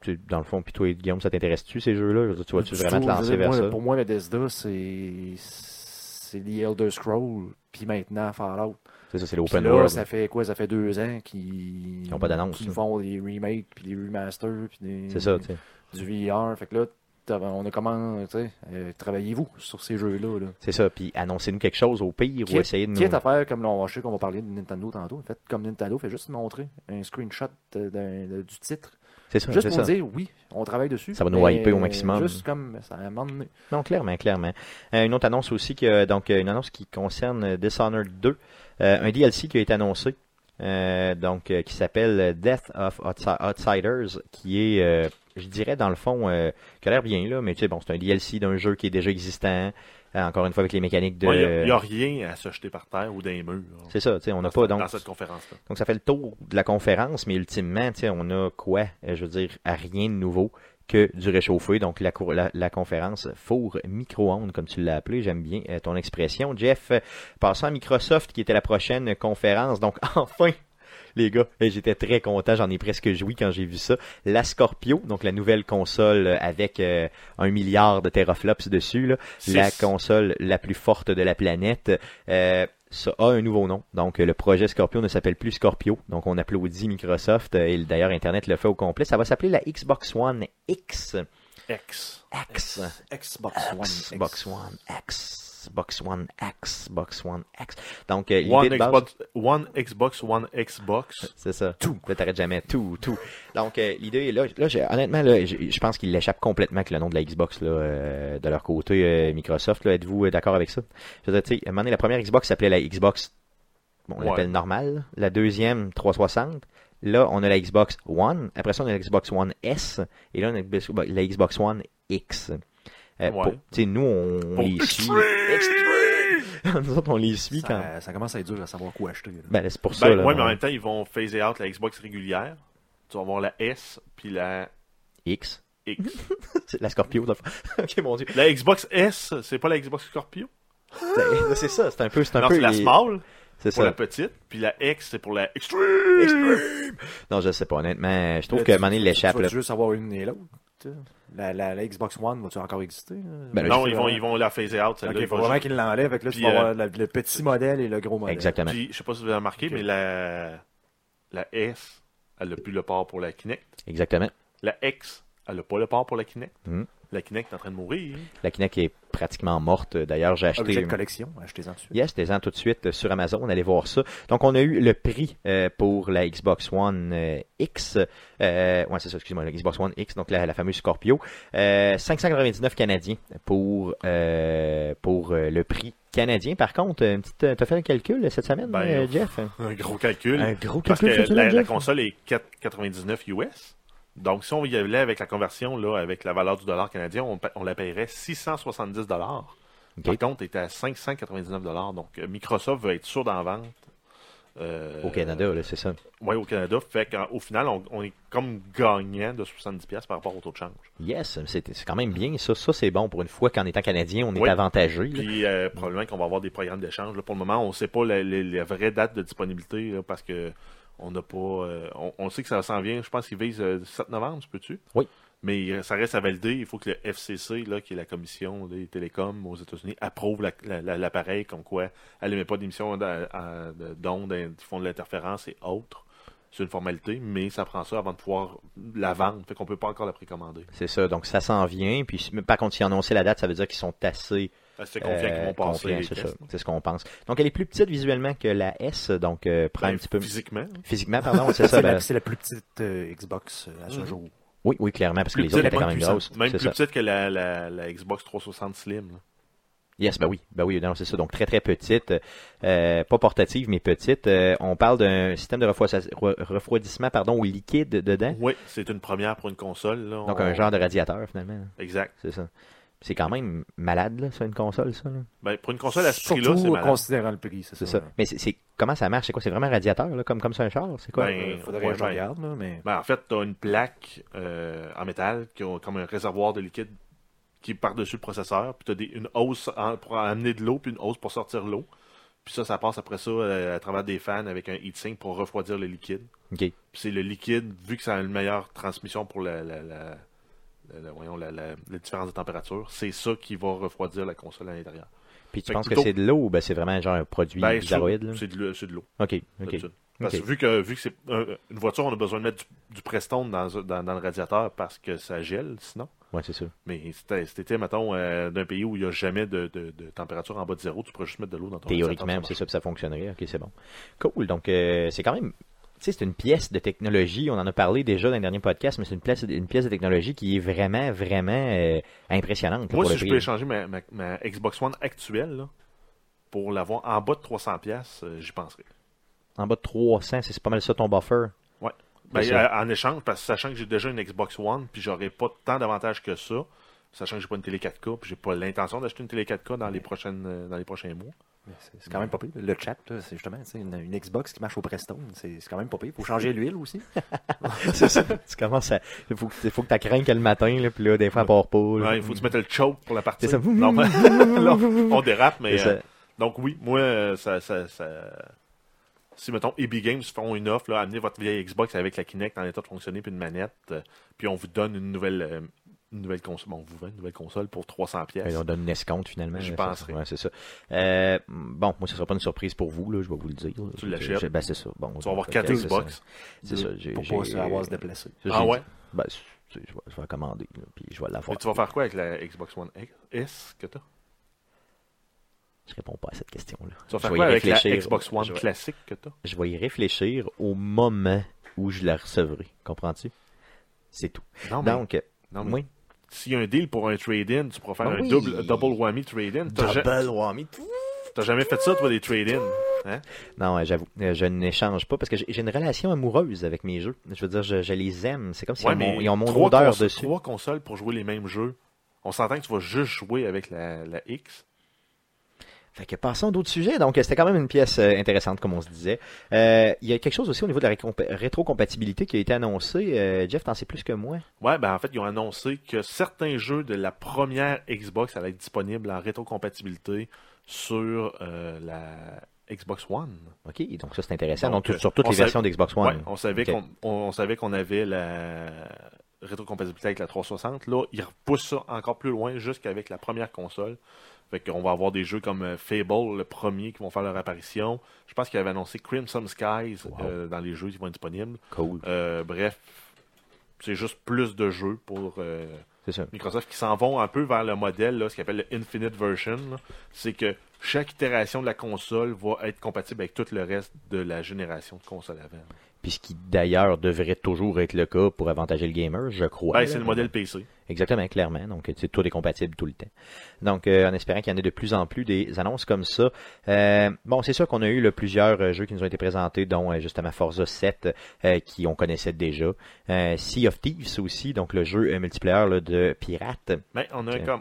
Tu- dans le fond puis toi Guillaume ça t'intéresse-tu ces jeux là tu vas-tu vraiment te Surtout, je lancer veux dire, vers moi, ça Pour moi, Bethesda, c'est c'est The Elder Scrolls, puis maintenant Fallout. c'est ça c'est Puis l'open là, world ça fait quoi Ça fait deux ans qu'ils Ils ont pas d'annonce, qu'ils là. font des remakes, puis des remasters, puis des- c'est ça tu sais du VR. Fait que là, t'as- on a comment, tu sais, euh, travaillez-vous sur ces jeux-là. Là. C'est ça, puis annoncez-nous quelque chose au pire Qui ou est- essayez de nous. Quitte à faire comme l'on je sais qu'on va parler de Nintendo tantôt. En fait, comme Nintendo, fait juste montrer un screenshot de- d'un- de- du titre. C'est ça, Juste Ah, c'est pour ça. dire oui, on travaille dessus. Ça va nous mais hyper au maximum. Juste comme ça, à un moment donné. Non, clairement, clairement. Euh, une autre annonce aussi, que, euh, donc euh, une annonce qui concerne euh, Dishonored 2, euh, un DLC qui a été annoncé, euh, donc euh, qui s'appelle euh, Death of Outsi- Outsiders, qui est, euh, je dirais dans le fond, euh, qui a l'air bien là, mais tu sais, bon, c'est un DLC d'un jeu qui est déjà existant, euh, encore une fois avec les mécaniques de. Ouais, Il n'y a, rien à se jeter par terre ou dans les murs. là, C'est ça, tu sais, on n'a dans pas cette- donc. Dans cette conférence-là. Donc ça fait le tour de la conférence, mais ultimement, tu sais, on a quoi, euh, je veux dire, à rien de nouveau que du réchauffé. Donc la, cour- la, la conférence four micro-ondes, comme tu l'as appelé, j'aime bien euh, ton expression. Jeff, euh, passons à Microsoft, qui était la prochaine conférence. Donc enfin, les gars, euh, j'étais très content, j'en ai presque joui quand j'ai vu ça. La Scorpio, donc la nouvelle console euh, avec euh, un milliard de teraflops dessus, là la Six. console la plus forte de la planète. Euh, ça a un nouveau nom. Donc, euh, le projet Scorpio ne s'appelle plus Scorpio. Donc, on applaudit Microsoft. euh, Et d'ailleurs, Internet le fait au complet. Ça va s'appeler la Xbox One X. X. X. Xbox One. X. Xbox One X. Xbox One X. Xbox One X. Donc, euh, One l'idée de base- Euh, Xbox, One Xbox, One Xbox. C'est ça. Tout. Là, t'arrêtes jamais. Tout, tout. Donc, euh, l'idée est là. Là, j'ai- honnêtement, là, j'ai- je pense qu'il l'échappe complètement que le nom de la Xbox, là, euh, de leur côté, euh, Microsoft. là. Êtes-vous euh, d'accord avec ça? Je veux dire, tu sais, à un moment donné, la première Xbox s'appelait la Xbox, bon, on Ouais. l'appelle normale. La deuxième, 360. Là, on a la Xbox One. Après ça, on a la Xbox One S. Et là, on a la Xbox One X. Euh, pour- Ouais. tu sais, nous, on, on Pour les suit. Nous autres, on les suit quand. Ça, ça commence à être dur à savoir quoi acheter. là. Ben, c'est pour ça. Ben, là, ouais, mais en on- même temps, ils vont phaser out la Xbox régulière. Tu vas avoir la S puis la X. X. Mhm. C'est La Scorpio, dans le fond. ok, mon dieu. la Xbox S, c'est pas la Xbox Scorpio C'est- C'est ça, c'est un peu. C'est un Ah! Non, peu c'est la les- small C'est pour ça. la petite, puis la X, c'est pour la extreme. Extreme! Non, je sais pas, honnêtement. Je trouve que Mané l'échappe. Tu là. vas juste avoir une et l'autre. tu sais? La, la, la Xbox One, va-tu encore exister? là? Ben là, Non, ils vont, ils vont la phaser out, Ok, celle-là. il ils faut vont vraiment juste- qu'ils l'enlèvent. Fait que là, tu Puis, vas euh, avoir la- le petit modèle et le gros modèle. Exactement. Puis, je sais pas si vous avez remarqué, Ok. mais la, la S, elle n'a plus le port pour la Kinect. Exactement. La X, elle n'a pas le port pour la Kinect. Mhm. La Kinect est en train de mourir. La Kinect est pratiquement morte. D'ailleurs, Ah, j'ai acheté. Objet de collection, achetez-en dessus. Yes, des ans tout de suite euh, sur Amazon, allez voir ça. Donc on a eu le prix euh, pour la Xbox One euh, X. Euh, ouais, c'est ça, excusez-moi, la Xbox One X, donc la, la fameuse Scorpio. Euh, 599 Canadiens pour euh, pour euh, le prix canadien. Par contre, euh, une petite, euh, t'as fait un calcul euh, cette semaine, Ben, euh, Jeff? Un gros calcul. Un gros parce que calcul cette la, semaine, la Jeff? console est 4,99 US. Donc, si on y allait avec la conversion, là, avec la valeur du dollar canadien, on, pa- on la paierait 670 dollars. Ok. Par contre, elle était à 599 dollars. Donc, euh, Microsoft va être sûr d'en vente. euh, Au Canada, là, c'est ça. Oui, au Canada. Fait qu'au final, on, on est comme gagnant de 70$ par rapport au taux de change. Yes, c'est c'est quand même bien ça. Ça, c'est bon pour une fois qu'en étant canadien, on est Oui. avantagé. là. Puis euh, probablement qu'on va avoir des programmes d'échange. là. Pour le moment, on ne sait pas la, la- la vraie date de disponibilité là, parce que on n'a pas. euh, on, on sait que ça s'en vient. Je pense qu'il vise euh, 7 novembre, tu peux-tu? Oui. Mais il- ça reste à valider. Il faut que le FCC, là, qui est la commission des télécoms aux États-Unis, approuve la- la- la- l'appareil comme quoi elle n'émet pas d'émission d'a- à- de- d'ondes hein, qui font de l'interférence et autres. C'est une formalité, mais ça prend ça avant de pouvoir la vendre. Fait qu'on peut pas encore la précommander. C'est ça, donc ça s'en vient. Puis si- par contre, si on annoncé la date, ça veut dire qu'ils sont assez C'est confiant qu'ils Euh, vont passer confiant, les c'est ça. tests. C'est ce qu'on pense. Donc, elle est plus petite visuellement que la S, donc euh, prend Ben, un petit peu Physiquement. physiquement, pardon, c'est C'est ça. la- ben, c'est la plus petite euh, Xbox euh, à ce Mhm. jour. oui, oui, clairement, parce que Plus les autres petite, étaient quand même moins grosses. Même C'est plus ça. petite que la, la, la Xbox 360 Slim. là. Yes, ben oui, ben oui, non, c'est ça. Donc très très petite, euh, pas portative mais petite. Euh, on parle d'un système de refroidi- re- refroidissement, pardon, au liquide dedans. Oui, c'est une première pour une console. là. Hein? Donc On- un genre de radiateur finalement, Exact. c'est ça. C'est quand même malade là, sur une console ça. là. Ben, pour une console à ce prix-là, c'est Surtout malade. considérant le prix, c'est C'est ça. ça. Mais c'est c'est- comment ça marche C'est quoi C'est vraiment un radiateur là, comme comme sur un char C'est quoi Ben, Il Euh, faudrait Ouais, que je ben. regarde, là, mais... Ben, en fait, tu as une plaque euh, en métal qui a comme un réservoir de liquide qui est par-dessus le processeur. Puis tu as une hausse en- pour amener de l'eau, puis une hausse pour sortir l'eau. Puis ça, ça passe après ça euh, à travers des fans avec un heatsink pour refroidir le liquide. Ok. Puis c'est le liquide, vu que ça a une meilleure transmission pour la, la, la, la- la- voyons, la- la- la différence de température, c'est ça qui va refroidir la console à l'intérieur. Puis tu fait que penses que plutôt- c'est de l'eau ou ben c'est vraiment genre un produit Ben, bizarroïde là? c'est- C'est de l'eau- c'est de l'eau. Ok, ok. d'habitude. Parce Ok. que vu que, vu que c'est un- une voiture, on a besoin de mettre du, du Prestone dans, dans, dans le radiateur parce que ça gèle, sinon. Ouais, c'est ça. Mais c'était, c'était mettons, euh, d'un pays où il n'y a jamais de, de- de température en bas de zéro, tu pourrais juste mettre de l'eau dans ton Théoriquement, c'est radiateur, ça, puis ça fonctionnerait. Ok, c'est bon. Cool. Donc, euh, c'est quand même. Tu sais, c'est une pièce de technologie. On en a parlé déjà dans le dernier podcast, mais c'est une pièce, une pièce de technologie qui est vraiment, vraiment euh, impressionnante. marche. là, Moi, pour si le je prix. peux échanger ma, ma- ma Xbox One actuelle, là, pour l'avoir en bas de 300$, piastres, euh, j'y penserais. En bas de 300, c'est c'est pas mal ça ton buffer. Ben, C'est euh, en échange, parce que sachant que j'ai déjà une Xbox One, puis j'aurai pas tant d'avantages que ça, sachant que j'ai pas une télé 4K, puis j'ai pas l'intention d'acheter une télé 4K dans les prochaines euh, dans les prochains mois. Mais C'est c'est quand même pas pire. Le chat, là, c'est justement tu sais, une, une Xbox qui marche au Prestone. C'est c'est quand même pas pire. Faut changer l'huile aussi. c'est ça. Tu commences à. Faut, que- faut que t'as craignes que le matin, là, puis là, des fois, elle part pas. là. Ouais, Ben, il faut que tu mettes le choke pour la partie. C'est ça. Non, mais- là, on dérape, C'est mais. ça. euh, donc, oui, moi, euh, ça, ça, ça- Si, mettons, EB Games font une offre, là, amenez votre vieille Xbox avec la Kinect en état de fonctionner puis une manette, euh, puis on vous donne une nouvelle, euh, une nouvelle console. Bon, on vous vend une nouvelle console pour 300$. Et pièces. on donne une escompte finalement. J'y là, penserais. c'est ça. Ouais, c'est ça. Euh, bon, moi, ce sera pas une surprise pour vous, là, je vais vous le dire. là. Tu l'achètes. Je- Ben, c'est ça. Bon, Tu vas avoir ok, 4 c'est ça. Xbox. C'est ça. j'ai- Pour j'ai- pas se- avoir à se déplacer. j'ai Ah dit- ouais? Ben, c- tu sais, je vais, je vais la commander, là, puis je vais Et l'avoir. tu vas faire quoi avec la Xbox One X- S que t'as? Je réponds pas à cette question-là. Tu Je vas faire vais quoi y avec la réfléchir. Xbox One Je vais- classique que t'as? Je vais y réfléchir au moment où je la recevrai. Comprends-tu? C'est tout. Non, Ah, mais, Donc, euh, non, mais oui. s'il y a un deal pour un trade-in, tu pourras faire Ben un oui. double, double whammy trade-in. T'as ja- whammy. t'as jamais fait ça, toi, des trade-in? Hein? Non, euh, j'avoue, euh, je n'échange pas parce que j'ai j'ai une relation amoureuse avec mes jeux. Je veux dire, je, je les aime. C'est comme si Ouais, ils, ont mon, mais ils ont mon trois odeur consoles- dessus. Trois consoles pour jouer les mêmes jeux. On s'entend que tu vas juste jouer avec la, la X. Fait que passons d'autres sujets. Donc, euh, c'était quand même une pièce euh, intéressante, comme on se disait. Euh, Il y a quelque chose aussi au niveau de la récomp- rétrocompatibilité qui a été annoncée. Euh, Jeff, t'en sais plus que moi. Ouais, ben en fait, ils ont annoncé que certains jeux de la première Xbox allaient être disponibles en rétrocompatibilité sur euh, la Xbox One. OK, donc ça c'est intéressant. Donc, Donc, euh, sur toutes on les savait- versions d'Xbox One. Ouais, on savait Ok. qu'on on- on savait qu'on avait la rétrocompatibilité avec la 360. Là, ils repoussent ça encore plus loin jusqu'avec la première console. Fait qu'on va avoir des jeux comme euh, Fable, le premier, qui vont faire leur apparition. Je pense qu'ils avaient annoncé Crimson Skies Wow. euh, dans les jeux qui vont être disponibles. Cool. Euh, bref, c'est juste plus de jeux pour euh, C'est ça. Microsoft qui s'en vont un peu vers le modèle, là, ce qu'ils appelle le Infinite Version. là. C'est que chaque itération de la console va être compatible avec tout le reste de la génération de consoles avant. Puis ce qui d'ailleurs devrait toujours être le cas pour avantager le gamer, je crois. Ben, là. c'est le modèle PC. Exactement, clairement. Donc, tu sais, tout est compatible tout le temps. Donc, euh, en espérant qu'il y en ait de plus en plus des annonces comme ça. Euh, bon, c'est sûr qu'on a eu là, plusieurs euh, jeux qui nous ont été présentés, dont euh, justement Forza 7, euh, qui on connaissait déjà. Euh, sea of Thieves aussi, donc le jeu euh, multiplayer là, de pirates. Mais on a Ok. comme.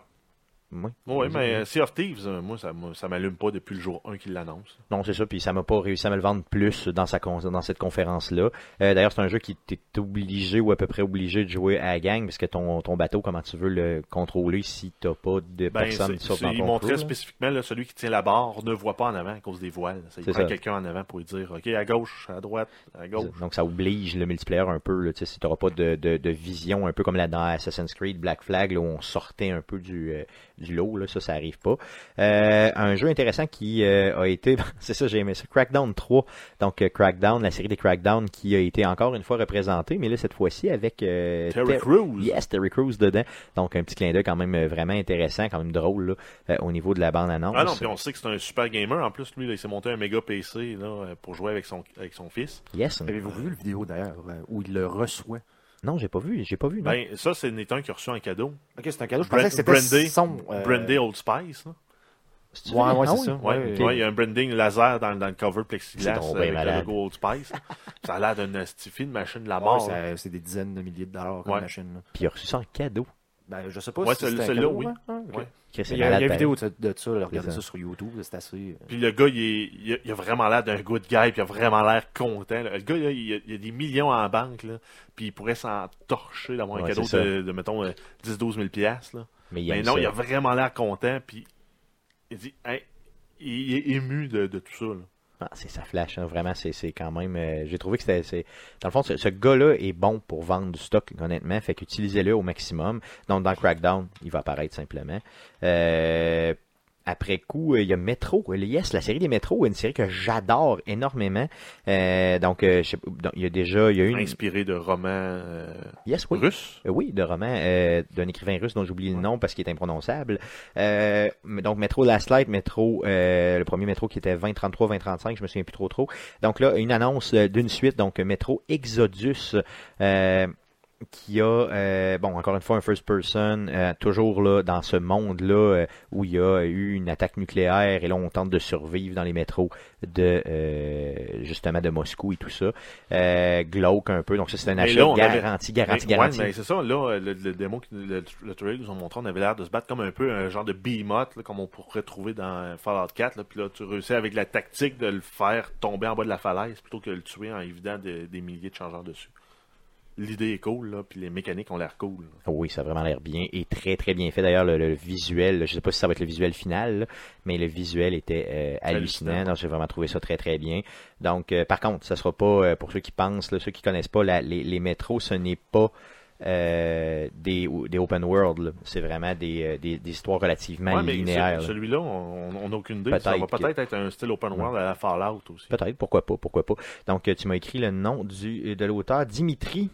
Oui, Oui, mais euh, Sea of Thieves, euh, moi, ça m'a- ça m'allume pas depuis le jour 1 qu'il l'annonce. Non, c'est ça, puis ça m'a pas réussi à me le vendre plus dans sa con- dans cette conférence-là. Euh, D'ailleurs, c'est un jeu qui t'es obligé ou à peu près obligé de jouer à la gang, parce que ton, ton bateau, comment tu veux le contrôler si t'as pas de Ben, personne c'est- sur c'est- dans il ton montrait crew, là? spécifiquement là, celui qui tient la barre ne voit pas en avant à cause des voiles. Ça, il C'est prend ça. quelqu'un en avant pour lui dire OK, à gauche, à droite, à gauche. Donc ça oblige le multiplayer un peu, là, tu sais, si t'auras pas de, de, de vision, un peu comme là dans Assassin's Creed, Black Flag, là, où on sortait un peu du, euh, du lot, là, ça, ça arrive pas. Euh, un jeu intéressant qui euh, a été, c'est ça, j'ai aimé ça, Crackdown 3, donc euh, Crackdown, la série des Crackdown qui a été encore une fois représentée, mais là cette fois-ci avec euh, Terry Ter- Crews. Yes, Terry Crews dedans. Donc un petit clin d'œil quand même euh, vraiment intéressant, quand même drôle là, euh, au niveau de la bande-annonce. Ah non, puis on sait que c'est un super gamer. En plus, lui, là, il s'est monté un méga PC là, euh, pour jouer avec son, avec son fils. Yes. Avez-vous vu la vidéo d'ailleurs euh, où il le reçoit Non, j'ai pas vu, j'ai pas vu. Non. Ben, ça, c'est n'est un qui a reçu un cadeau. Ok, c'est un cadeau. Je Bra- pensais que c'était Brandy. son. euh, Brandy Old Spice. là. C'est-tu Ouais, vrai? ouais, Ah c'est ça. oui? Ouais, Ouais, ouais, il y a un branding laser dans, dans le cover C'est plexiglas donc bien avec le malade. logo Old Spice. ça a l'air d'un astifi de machine de la ouais, mort. là. ça- ah c'est des dizaines de milliers de dollars comme Ouais. machine. là. Puis il a reçu ça en cadeau. Ben, je sais pas Ouais, si c'est celle- un celle-là, cadeau, oui. hein. Ah, ok. Ouais. Chris, c'est Il y a, il y a malade, ben, une pareil. vidéo de, ça- de ça, là, regardez ça. ça. sur YouTube, c'est assez. euh, Puis le gars, il, est- il a- il a vraiment l'air d'un good guy, puis il a vraiment l'air content. là. Le gars, là, il, a, il a des millions en banque, là, puis il pourrait s'en torcher d'avoir Ouais, un cadeau c'est ça. de, de, mettons, euh, 10-12 000 piastres, là. Mais il Mais aime non, ça. il a vraiment l'air content, puis il dit, Hey, il est ému de, de tout ça. là. Ah, c'est ça flash, hein. vraiment, c'est c'est quand même. euh, J'ai trouvé que c'était. c'est- Dans le fond, ce, ce gars-là est bon pour vendre du stock, honnêtement. Fait qu'utilisez-le au maximum. Donc, dans Crackdown, il va apparaître simplement. Euh, Après coup, euh, il y a Metro. Euh, Yes, la série des Metro, une série que j'adore énormément. Euh, donc, euh, je sais pas, donc, il y a déjà, il y a eu une. Inspiré de romans euh, Yes, oui. russes. Euh, Oui, de roman euh, d'un écrivain russe dont j'oublie le nom parce qu'il est imprononçable. Euh, m- donc Metro Last Light, Metro, euh, le premier Metro qui était 2033, 2035, je me souviens plus trop trop. Donc là, une annonce euh, d'une suite, donc Metro Exodus. euh, qui a, euh, bon, encore une fois, un first person, euh, toujours là, dans ce monde-là euh, où il y a eu une attaque nucléaire et là, on tente de survivre dans les métros de, euh, justement, de Moscou et tout ça. Euh, glauque un peu, donc ça, c'est un Mais achat là, on avait- garanti, garanti, Mais- Ben, ouais, garanti. mais c'est ça, là, euh, le, le démo, qui- le, le trailer nous ont montré, on avait l'air de se battre comme un peu un genre de behemoth, là, comme on pourrait trouver dans Fallout 4. là. puis là, tu réussis avec la tactique de le faire tomber en bas de la falaise plutôt que de le tuer en évidant de- des milliers de changeurs dessus. L'idée est cool, là, puis les mécaniques ont l'air cool. là. Oui, ça a vraiment l'air bien et très très bien fait. D'ailleurs, le, le visuel, je sais pas si ça va être le visuel final, là, mais le visuel était euh, hallucinant. Hallucinant. Donc, j'ai vraiment trouvé ça très très bien. Donc, euh, par contre, ça sera pas euh, pour ceux qui pensent, là, ceux qui connaissent pas la- les, les métros, ce n'est pas euh, des, ou- des open world. là. C'est vraiment des, euh, des, des histoires relativement Ouais, mais linéaires. ce- là. celui-là, on on n'a aucune idée. ça va Peut-être que- peut-être être un style open world à la Fallout aussi. Peut-être, pourquoi pas, pourquoi pas. Donc, euh, tu m'as écrit le nom du, euh, de l'auteur, Dimitri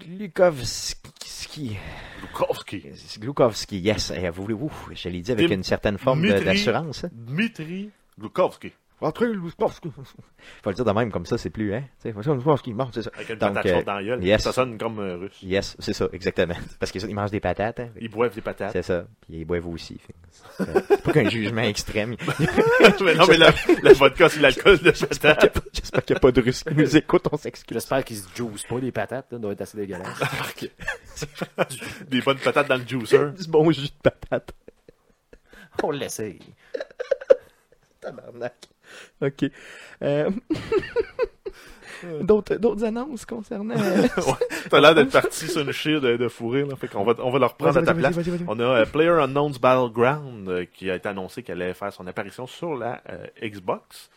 Glukovski. Bukowski. Glukowski, yes. Eh, vous voulez, ouf, je l'ai dit avec Dim- une certaine forme de- Mitri. d'assurance. hein. Dmitri Glukowski. Faut le dire de même, comme ça, c'est plus, hein. Tu sais, Glukowski, bon, c'est ça. Avec une Donc, patate euh, chaude dans la gueule. yes. Ça sonne comme euh, russe. Yes, c'est ça, exactement. Parce qu'ils mangent des patates, hein. Ils boivent des patates. C'est ça. Puis ils boivent aussi. Fait que C'est c'est pas qu'un jugement extrême. Mais non, mais la, la vodka, c'est l'alcool de patate. J'espère qu'il n'y a pas de Russes qui nous écoutent, on s'excuse. J'espère qu'ils se jouent pas des patates, là, doit être assez dégueulasse. Des bonnes patates dans le juicer. Du bon jus de patate. On l'essaye. Tabarnak. OK. Euh, D'autres d'autres annonces concernant. T'as l'air d'être parti sur une chire de, de fourrure, là. Fait qu'on va, on va leur prendre à ta place. Vas-y, vas-y, vas-y. On a euh, Player Unknown's Battleground euh, qui a été annoncé qu'elle allait faire son apparition sur la euh, Xbox.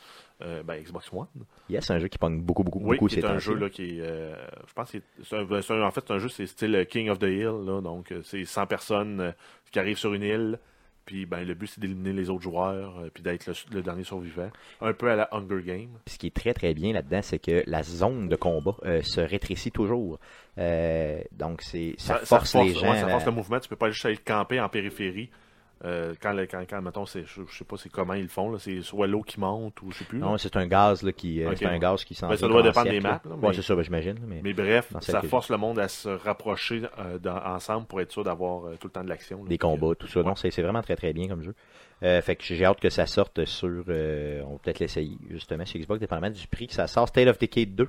Euh, ben, Xbox One. Yes, c'est un jeu qui pogne beaucoup, beaucoup, Oui, beaucoup. qui est ces un temps-ci. jeu là, qui est, euh, je pense, que c'est- c'est un- ben, c'est un- en fait c'est un jeu c'est style euh, King of the Hill là, donc euh, c'est 100 personnes euh, qui arrivent sur une île, puis ben le but c'est d'éliminer les autres joueurs, euh, puis d'être le, le dernier survivant, un peu à la Hunger Game. Puis ce qui est très très bien là-dedans, c'est que la zone de combat euh, se rétrécit toujours. Euh, donc c'est ça, force les gens. ouais, ça à- force le mouvement. Tu peux pas juste aller camper en périphérie. euh, quand, le- quand, quand, mettons, c'est, je, je sais pas c'est comment ils le font, là, c'est soit l'eau qui monte ou je sais plus. là. Non, c'est un gaz là, qui, euh, Ok, c'est un ouais. gaz qui s'en. Ben, vient ça doit comme en dépendre des cercle, maps, là. là, Ouais, mais- c'est ça, ben, j'imagine. là, Mais... Mais bref, Dans ça celle que force le monde à se rapprocher euh, dans- ensemble pour être sûr d'avoir euh, tout le temps de l'action. là. des Puis, euh, combats, tout ça. Non, c'est c'est vraiment très très bien comme jeu. Euh, fait que j'ai hâte que ça sorte sur. euh, on va peut-être l'essayer justement chez Xbox, dépendamment du prix que ça sort. State of Decay 2.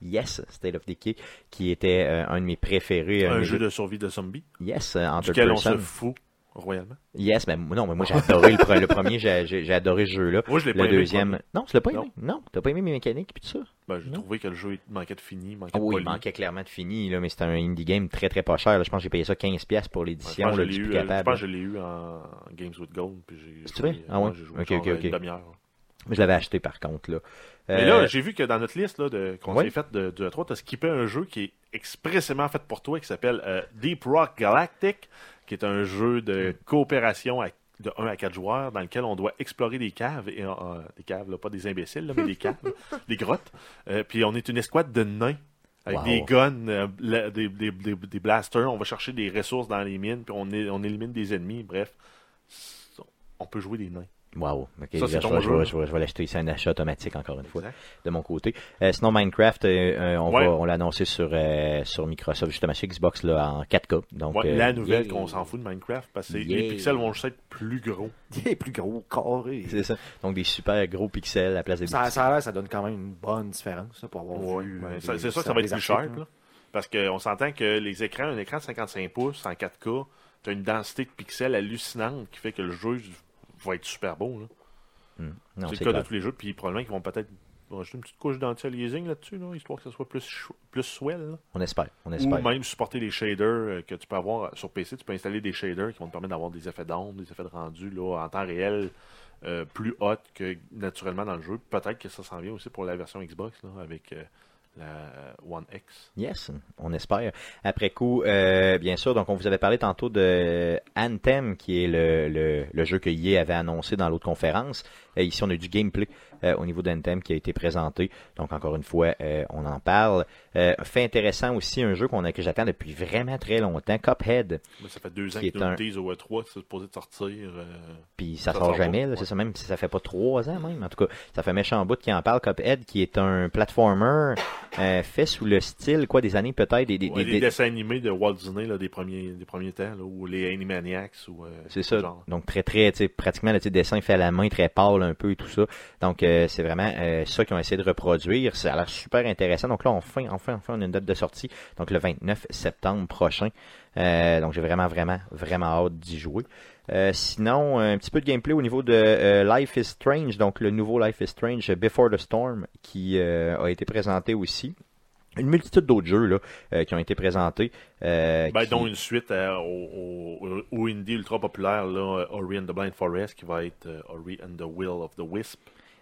Yes, State of Decay, qui était euh, un de mes préférés. de un mes jeu jeux- de survie de zombies Yes, euh, en third duquel on person. se fout royalement. Yes, mais non, mais moi j'ai adoré le, pre- le premier, j'ai j'ai- j'ai adoré ce jeu-là. Moi, je l'ai Le pas deuxième. aimé. Non, tu l'as pas aimé. Non, t'as pas aimé mes mécaniques puis tout ça. Ben, j'ai Non. trouvé que le jeu il manquait de fini, manquait Ah de oui, il poli. manquait clairement de fini, là, mais c'était un indie game très très pas cher. là. Je pense que j'ai payé ça 15$ pour Ouais, je l'édition pense que là, je l'ai du eu, plus euh, je capable. pense que je l'ai eu en Games with Gold. Puis j'ai C'est vrai? joué, Ah ouais, ouais? j'ai joué Ok, genre euh, ok, ok. une demi-heure. là. Je l'avais acheté par contre là. Mais Euh, là, j'ai vu que dans notre liste là, de, qu'on ouais. s'est faite de, de 3, tu as skippé un jeu qui est expressément fait pour toi, qui s'appelle euh, Deep Rock Galactic, qui est un jeu de coopération à- de 1 à 4 joueurs dans lequel on doit explorer des caves, et, euh, euh, des caves, là, pas des imbéciles, là, mais des caves, des grottes. Euh, puis on est une escouade de nains. Avec Wow. des guns, euh, la- des, des- des- des blasters, on va chercher des ressources dans les mines, puis on, é- on élimine des ennemis, bref. On peut jouer des nains. Wow, ok, Ça, là, c'est je, ton vais, je jeu. vais- je vais- je vais l'acheter, c'est un achat automatique encore une fois, Exact. de mon côté. Euh, sinon, Minecraft, euh, euh, on, Ouais. va, on l'a annoncé sur, euh, sur Microsoft, justement sur Xbox là, en 4K. Donc, Ouais, euh, la nouvelle yay. qu'on s'en fout de Minecraft parce que Yeah. les pixels vont juste être plus gros. Il est plus gros, carré. C'est ça. Donc des super gros pixels à la place des Ça, ça a l'air, ça donne quand même une bonne différence là, pour avoir vu. Ben, euh, ça- des- c'est sûr que ça va des être plus articles, hein. cher. là. Parce qu'on s'entend que les écrans, un écran de 55 pouces en 4K, tu as une densité de pixels hallucinante qui fait que le jeu va être super beau. là. Hmm. Non, C'est c'est le cas clair. de tous les jeux. Puis probablement qu'ils vont peut-être rajouter une petite couche d'anti-aliasing là-dessus, là, histoire que ça soit plus, chou- plus swell. là. On espère, on Ou espère. même supporter les shaders euh, que tu peux avoir sur PC. Tu peux installer des shaders qui vont te permettre d'avoir des effets d'onde, des effets de rendu là, en temps réel euh, plus hot que naturellement dans le jeu. Peut-être que ça s'en vient aussi pour la version Xbox là, avec euh, la One X. Yes, on espère. Après coup, euh, bien sûr, donc on vous avait parlé tantôt de Anthem, qui est le, le, le jeu que EA avait annoncé dans l'autre conférence. Euh, ici, on a du gameplay euh, au niveau d'Anthem qui a été présenté. Donc, encore une fois, euh, on en parle. Euh, fait intéressant aussi, un jeu qu'on a, que j'attends depuis vraiment très longtemps, Cuphead. Mais ça fait deux ans Qui qu'ils est nous un- le disent au E3 que E c'est supposé de sortir. euh, Puis ça, Ça sort sort pas, jamais, là, ouais. c'est ça même si ça fait pas trois ans même. En tout cas, ça fait méchant bout qui en parle, Cuphead, qui est un platformer euh, fait sous le style quoi des années peut-être des, des, ouais, des- les des- dessins animés de Walt Disney là, des, premiers, des premiers temps, là, ou les Animaniacs. ou euh, C'est ce ça. genre. Donc très très, tu sais, pratiquement le petit dessin fait à la main, très pâle un peu et tout ça. Donc euh, c'est vraiment euh, ça qu'ils ont essayé de reproduire. Ça a l'air super intéressant. Donc là enfin, enfin, enfin, on a une date de sortie. Donc le 29 septembre prochain. Euh, donc j'ai vraiment, vraiment, vraiment hâte d'y jouer. Euh, sinon, un petit peu de gameplay au niveau de euh, Life is Strange, donc le nouveau Life is Strange euh, Before the Storm qui euh, a été présenté aussi. Une multitude d'autres jeux là, euh, qui ont été présentés. euh, Ben, qui- dont une suite à- au, au- au indie ultra populaire, là, euh, Ori and the Blind Forest, qui va être euh, Ori and the Will of the Wisp.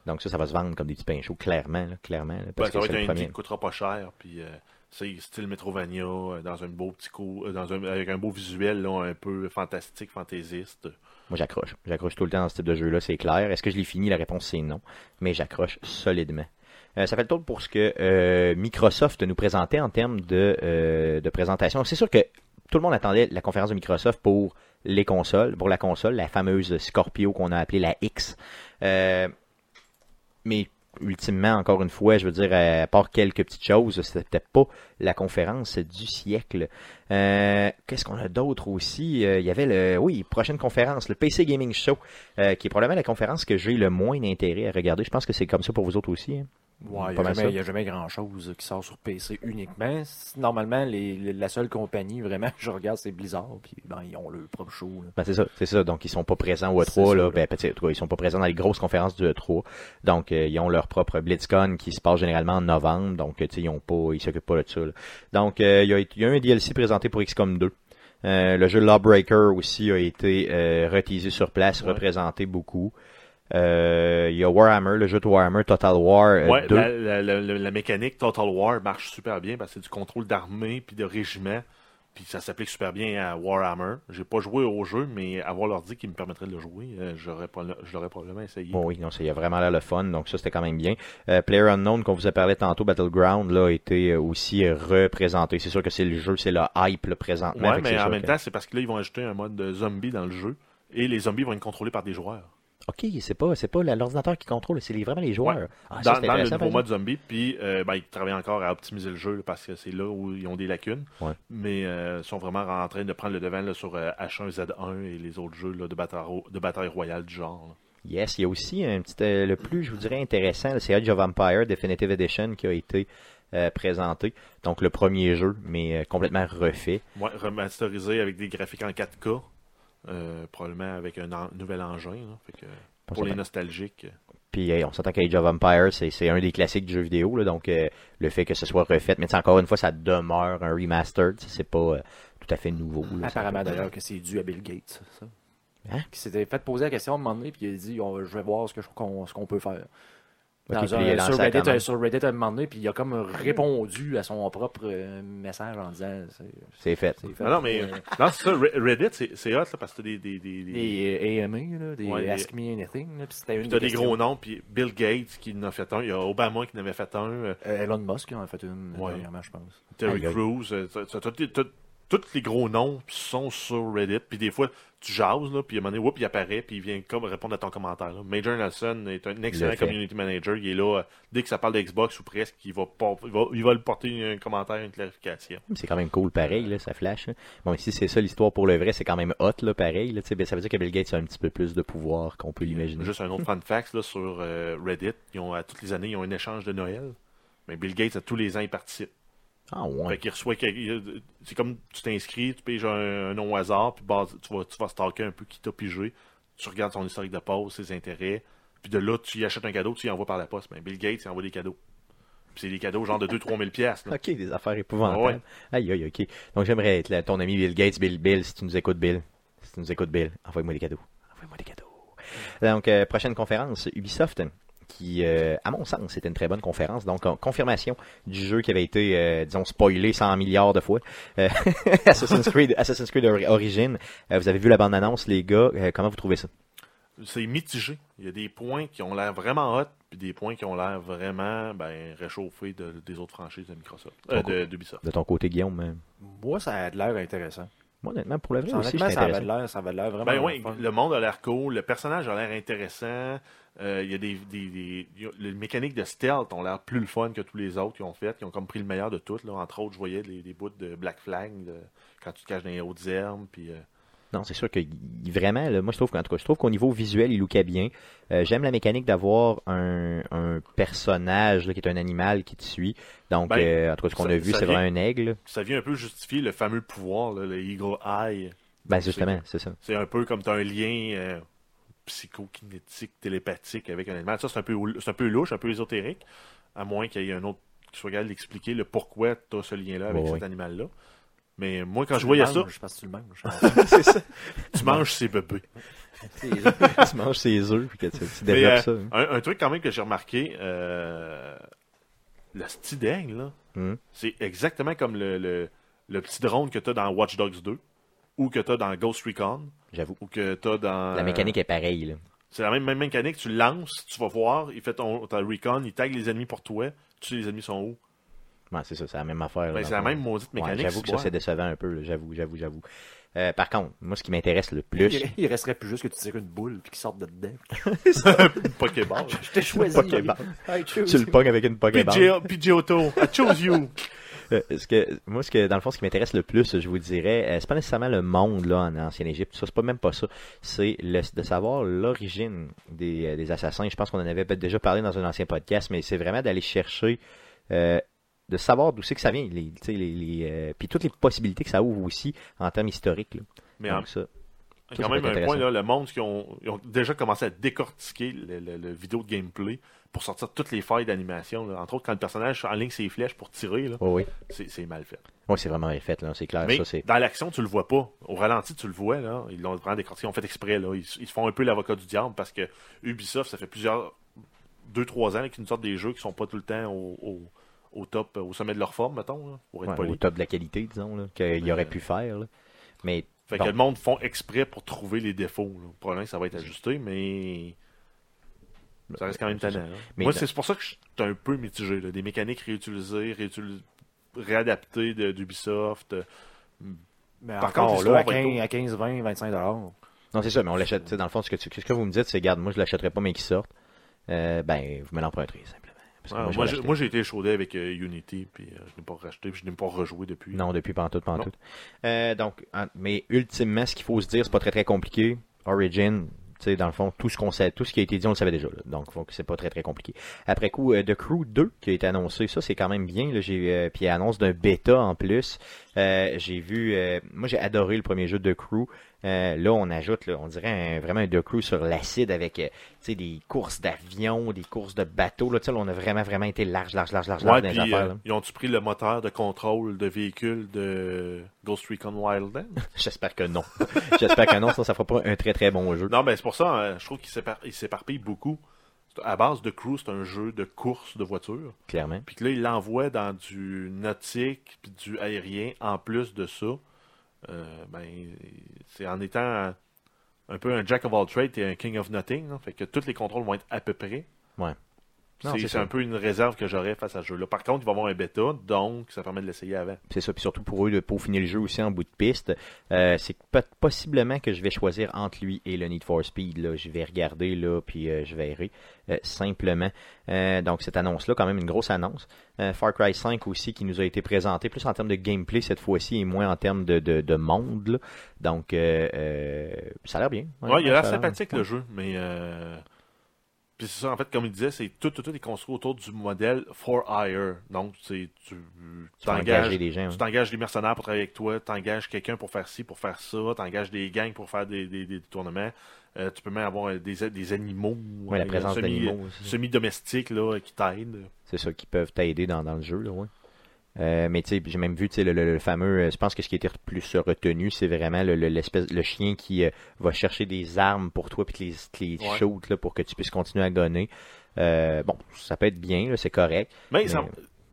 Donc ça, ça va se vendre comme des petits pains chauds, clairement, là, clairement. là, Ben, parce ça va que être c'est le un indie premier. qui coûtera pas cher, puis euh, c'est style Metrovania, euh, dans un beau petit coup, euh, dans un, avec un beau visuel là, un peu fantastique, fantaisiste. Moi, j'accroche. J'accroche tout le temps dans ce type de jeu-là, c'est clair. Est-ce que je l'ai fini La réponse, c'est non. Mais j'accroche solidement. Euh, ça fait le tour pour ce que euh, Microsoft nous présentait en termes de, euh, de présentation. C'est sûr que tout le monde attendait la conférence de Microsoft pour les consoles, pour la console, la fameuse Scorpio qu'on a appelée la X. Euh, mais ultimement, encore une fois, je veux dire, à part quelques petites choses, c'était pas la conférence du siècle. Euh, Qu'est-ce qu'on a d'autre aussi Euh, Il y avait le, oui, prochaine conférence, le PC Gaming Show, euh, qui est probablement la conférence que j'ai le moins d'intérêt à regarder. Je pense que c'est comme ça pour vous autres aussi. hein. Ouais, Pas mal ça. il n'y a, jamais grand-chose qui sort sur PC uniquement. C'est- Normalement, les- les- la seule compagnie, vraiment, je regarde, c'est Blizzard. Puis, ben, ils ont leur propre show. là. Ben, c'est ça, c'est ça. Donc, ils sont pas présents au C'est ça, E3, là. là. Ben, petit E3, ils sont pas présents dans les grosses conférences du E3. Donc, euh, ils ont leur propre BlitzCon qui se passe généralement en novembre. Donc, euh, tu sais, ils ont pas, ils s'occupent pas de ça, là. Donc, euh, il y, a- il y a un DLC présenté pour XCOM 2. Euh, le jeu Lawbreaker aussi a été euh, reteasé sur place, Ouais. représenté beaucoup. Euh, il y a Warhammer, le jeu de Warhammer Total War euh, Ouais, 2. la, la- la- la- la mécanique Total War marche super bien parce que c'est du contrôle d'armée puis de régiment. Puis ça s'applique super bien à Warhammer. J'ai pas joué au jeu, mais avoir l'ordi qui me permettrait de le jouer, euh, j'aurais proba- je l'aurais probablement essayé. Bon, oui, non, ça y a vraiment l'air le fun, donc ça c'était quand même bien. Euh, Player Unknown, qu'on vous a parlé tantôt, Battleground, là, a été euh, aussi euh, représenté. C'est sûr que c'est le jeu, c'est le hype là, présentement. ouais, Fait que mais c'est en sûr même que- temps, c'est parce que là, ils vont ajouter un mode de zombie dans le jeu. Et les zombies vont être contrôlés par des joueurs. Ok, c'est pas, c'est pas la- l'ordinateur qui contrôle, c'est les- vraiment les joueurs. Ouais. Ah, ça, dans c'est dans le intéressant, par nouveau mode zombie, puis euh, ben, ils travaillent encore à optimiser le jeu là, parce que c'est là où ils ont des lacunes. Ouais. Mais euh, ils sont vraiment en train de prendre le devant là, sur euh, H1Z1 et les autres jeux là, de, bataille, ro- de bataille royale du genre. là. Yes, il y a aussi un petit, euh, le plus, je vous dirais, intéressant, là, c'est Age of Empire Definitive Edition qui a été euh, présenté. Donc le premier jeu, mais euh, complètement refait. Ouais, remasterisé avec des graphiques en 4K, euh, probablement avec un en- nouvel engin. là. Fait que, On pour les s'entend- nostalgiques. Puis hey, on s'entend qu'Age of Empire, c'est c'est un des classiques du jeu vidéo, là, donc euh, le fait que ce soit refait, mais tu sais, encore une fois, ça demeure un remastered, tu sais, c'est pas euh, tout à fait nouveau. là, ça- Apparemment, d'ailleurs, que c'est dû à Bill Gates. Ça. Hein? Qui s'était fait poser la question à un moment donné, puis il a dit on- Je vais voir ce que je- qu'on ce qu'on peut faire. Ok, Dans puis un- il a lancé sur, la Reddit, commande. euh, sur Reddit, à un moment donné, puis il a comme répondu à son propre euh, message en disant C'est C'est fait. c'est fait. Non, non, mais Euh, non, c'est ça, Re- Reddit, c'est c'est hot là, parce que t'as des, des, des, des- des euh, AMA, là, des Ouais, des- Ask Me Anything. Là, puis c'était une Puis t'as des questions. gros noms, puis Bill Gates qui en a fait un, il y a Obama qui en avait fait un, euh, Euh, Elon Musk en a fait une Ouais. dernièrement, je pense. Terry Aïe, aïe. Crews, euh, t'as- t'as- t'as- t'as- tous les gros noms sont sur Reddit, puis des fois tu jases, là, puis à un moment donné, whoop, il apparaît, puis il vient comme répondre à ton commentaire. là. Major Nelson est un Le excellent fait. community manager, il est là, euh, dès que ça parle d'Xbox ou presque, il va, por- il va, il va lui porter un commentaire, une clarification. C'est quand même cool, pareil, là, ça flash. là. Bon, ici, c'est ça l'histoire pour le vrai, c'est quand même hot, là, pareil. Là, tu sais, ben, ça veut dire que Bill Gates a un petit peu plus de pouvoir qu'on peut l'imaginer. Juste un autre fun fact là, sur euh, Reddit, ils ont, à toutes les années, ils ont un échange de Noël, mais Bill Gates, à tous les ans, il participe. Ah ouais. Fait qu'il reçoit quel- il- C'est comme tu t'inscris, tu piges un, un nom au hasard, puis base- tu, vas, tu vas stalker un peu qui t'a pigé. Tu regardes son historique de poste, ses intérêts. Puis de là, tu y achètes un cadeau, tu y envoies par la poste. Mais Bill Gates, il envoie des cadeaux. Puis c'est des cadeaux genre de 2-3 000 piastres. là. Ok, des affaires épouvantables. Ouais. Aïe, aïe, ok. Donc j'aimerais être là, ton ami Bill Gates, Bill, Bill, si tu nous écoutes, Bill. Si tu nous écoutes, Bill, envoie-moi des cadeaux. Envoie-moi des cadeaux. Donc, euh, prochaine conférence, Ubisoft, qui, euh, à mon sens, c'était une très bonne conférence. Donc, en- confirmation du jeu qui avait été, euh, disons, spoilé 100 milliards de fois. Euh, Assassin's Creed, Assassin's Creed Ori- Origin. Euh, vous avez vu la bande-annonce, les gars. Euh, comment vous trouvez ça? C'est mitigé. Il y a des points qui ont l'air vraiment hot, puis des points qui ont l'air vraiment ben, réchauffés de- des autres franchises de Microsoft. Euh, de- d'Ubisoft. De ton côté, Guillaume? euh, Moi, ça a de l'air intéressant. Moi, honnêtement, pour le vrai aussi, Honnêtement, j'étais ça avait intéressé. de l'air, ça avait de l'air vraiment. Ben oui, fun. le monde a l'air cool, le personnage a l'air intéressant, euh, il y a des, des, des- il y a- les mécaniques de stealth ont l'air plus le fun que tous les autres qui ont fait, qui ont comme pris le meilleur de toutes. Là. Entre autres, je voyais des, des bouts de Black Flag de- quand tu te caches dans les hautes herbes. Puis, euh, Non, c'est sûr que il- vraiment, là, moi je trouve qu'en tout cas, je trouve qu'au niveau visuel, il lookait bien. Euh, J'aime la mécanique d'avoir un, un personnage là, qui est un animal qui te suit. Donc, Ben, euh, en tout cas, ce qu'on ça- a vu, ça c'est vient- vraiment un aigle. ça vient un peu justifier le fameux pouvoir, là, le Eagle Eye. Ben, justement, c'est ça. C'est un peu comme tu as un lien euh, psychokinétique, télépathique avec un animal. Ça, c'est un, peu ou- c'est un peu louche, un peu ésotérique, à moins qu'il y ait un autre qui soit capable d'expliquer le pourquoi tu as ce lien-là avec Ouais, cet ouais. animal-là. Mais moi, quand Tu je voyais le ça, manges, Je pense que tu le manges. tu manges ses bébés. tu manges ses œufs puis que tu, tu Mais, développes euh, ça. hein. Un, un truc quand même que j'ai remarqué, euh, le style d'aigle, là, Mhm. c'est exactement comme le, le- le petit drone que t'as dans Watch Dogs 2, ou que t'as dans Ghost Recon, J'avoue. ou que t'as dans... La mécanique est pareille. Là. C'est la même, même mécanique, tu lances, tu vas voir, il fait ton, ta recon, il tag les ennemis pour toi, tu sais les ennemis sont où. Ouais, c'est ça, c'est la même affaire. là, Ben, Euh, dans c'est la le fond. même maudite Ouais, mécanique. j'avoue que ça, ouais. c'est décevant un peu. là. J'avoue, j'avoue, j'avoue. Euh, par contre, moi, ce qui m'intéresse le plus, Il, il resterait plus juste que tu tires une boule puis qu'il sorte de dedans. Pokéball. Je t'ai choisi. Ah, Pokéball. Hey, choose. tu le pognes avec une Pokéball. Pidgeotto, I choose you. Euh, ce que, moi, ce que, dans le fond, ce qui m'intéresse le plus, je vous dirais, euh, c'est pas nécessairement le monde là, en ancien Égypte, ça, c'est pas même pas ça. C'est le- de savoir l'origine des, euh, des assassins. Je pense qu'on en avait peut-être déjà parlé dans un ancien podcast, mais c'est vraiment d'aller chercher, euh, de savoir d'où c'est que ça vient. Les, tu sais, les, les, euh, puis toutes les possibilités que ça ouvre aussi en termes historiques. là. Mais en- Donc, ça, ça quand peut même, être un point, intéressant. là, le monde, qui ont, ils ont déjà commencé à décortiquer le, le- le vidéo de gameplay pour sortir toutes les failles d'animation. là. Entre autres, quand le personnage enligne ses flèches pour tirer, là, oui, oui. c'est c'est mal fait. Oui, c'est vraiment bien fait, là, c'est clair. Mais Ah, ça, c'est... dans l'action, tu le vois pas. Au ralenti, tu le vois. Là. Ils l'ont vraiment décortiqué. Ils ont fait exprès. Là. Ils, ils se font un peu l'avocat du diable parce que Ubisoft, ça fait plusieurs. 2-3 ans là, qu'ils nous sortent des jeux qui sont pas tout le temps au, au- au top, euh, au sommet de leur forme, mettons, là, pour être Ouais, poli. au top de la qualité, disons, là, qu'il Mais, aurait euh, pu faire. là. Mais Fait Bon. que le monde font exprès pour trouver les défauts. Là. Probablement que ça va être ajusté, mais ça reste quand même c'est tannant. là. Mais Moi, dans- c'est pour ça que je suis un peu mitigé. là. Des mécaniques réutilisées, réutilis- réadaptées de- d'Ubisoft. euh, Mais Par encore, contre, là, à l'histoire va être 15, à 15, 20, 25 dollars. Non, c'est ça, mais on l'achète. tu sais, Dans le fond, ce que, tu- ce que vous me dites, c'est garde, moi, je l'achèterai pas, mais qu'il sorte. Euh, ben, vous me l'emprunterez, simplement. Parce que Ah, moi, je moi, vais j'ai- l'acheter. moi, j'ai été chaudé avec euh, Unity, puis euh, je n'ai pas racheté, puis je n'ai pas rejoué depuis. Non, depuis Pantoute, Pantoute. Euh, donc, en- mais ultimement, ce qu'il faut se dire, c'est pas très très compliqué. Origin, tu sais, dans le fond, tout ce qu'on sait, tout ce qui a été dit, on le savait déjà. là. Donc, faut que c'est pas très très compliqué. Après coup, euh, The Crew 2 qui a été annoncé, ça c'est quand même bien. Là, j'ai, euh, puis annonce d'un bêta en plus. Euh, j'ai vu, euh, moi j'ai adoré le premier jeu de The Crew. Euh, là, on ajoute, là, on dirait un- vraiment un The Crew sur l'acide avec, euh, tu sais, des courses d'avions, des courses de bateaux. Là, tu sais, là, on a vraiment vraiment été large, large, large, large, large Ouais, dans les puis, affaires. euh, là. ils ont-tu pris le moteur de contrôle de véhicule de Ghost Recon Wildlands? J'espère que non. J'espère que non, sinon ça fera pas un très très bon jeu. Non, mais c'est pour ça, euh, je trouve qu'il s'épar- il s'éparpille beaucoup. C'est- À base de Crew, c'est un jeu de course de voiture. Clairement. Puis que là, il l'envoie dans du nautique puis du aérien en plus de ça. Euh, ben, c'est en étant un peu un jack of all trades et un king of nothing. là. Fait que tous les contrôles vont être à peu près. Ouais. Non, C'est- c'est c'est ça. un peu une réserve que j'aurais face à ce jeu-là. Par contre, il va y avoir un bêta, donc ça permet de l'essayer avant. C'est ça. Puis surtout pour eux de peaufiner le jeu aussi en bout de piste, euh, c'est que peut- possiblement que je vais choisir entre lui et le Need for Speed. Là. Je vais regarder là, puis euh, je verrai euh, simplement. Euh, donc cette annonce-là, quand même une grosse annonce. Euh, Far Cry 5 aussi qui nous a été présenté, plus en termes de gameplay cette fois-ci et moins en termes de, de, de monde. là. Donc euh, euh, ça a l'air bien. Ouais, il a l'air ça sympathique le jeu, mais. euh, Puis c'est ça, en fait, comme il disait, c'est tout, tout, tout est construit autour du modèle for hire. Donc, c'est- tu Tu vas t'engages engager des gens. Tu hein. t'engages des mercenaires pour travailler avec toi, t'engages quelqu'un pour faire ci, pour faire ça, t'engages des gangs pour faire des, des, des tournements. Euh, tu peux même avoir euh, des, des animaux. Ouais, la euh, présence semi- d'animaux aussi. Semi-domestiques là, qui t'aident. c'est ça, qui peuvent t'aider dans, dans le jeu, là, ouais. Euh, mais tu sais, j'ai même vu tu sais, le, le- le fameux. euh, Je pense que ce qui était le plus retenu, c'est vraiment le, le- l'espèce, le chien qui euh, va chercher des armes pour toi puis te les, te les Ouais. shoot, là, pour que tu puisses continuer à gonner. Euh, bon, ça peut être bien, là, c'est correct. Mais, Mais- ça-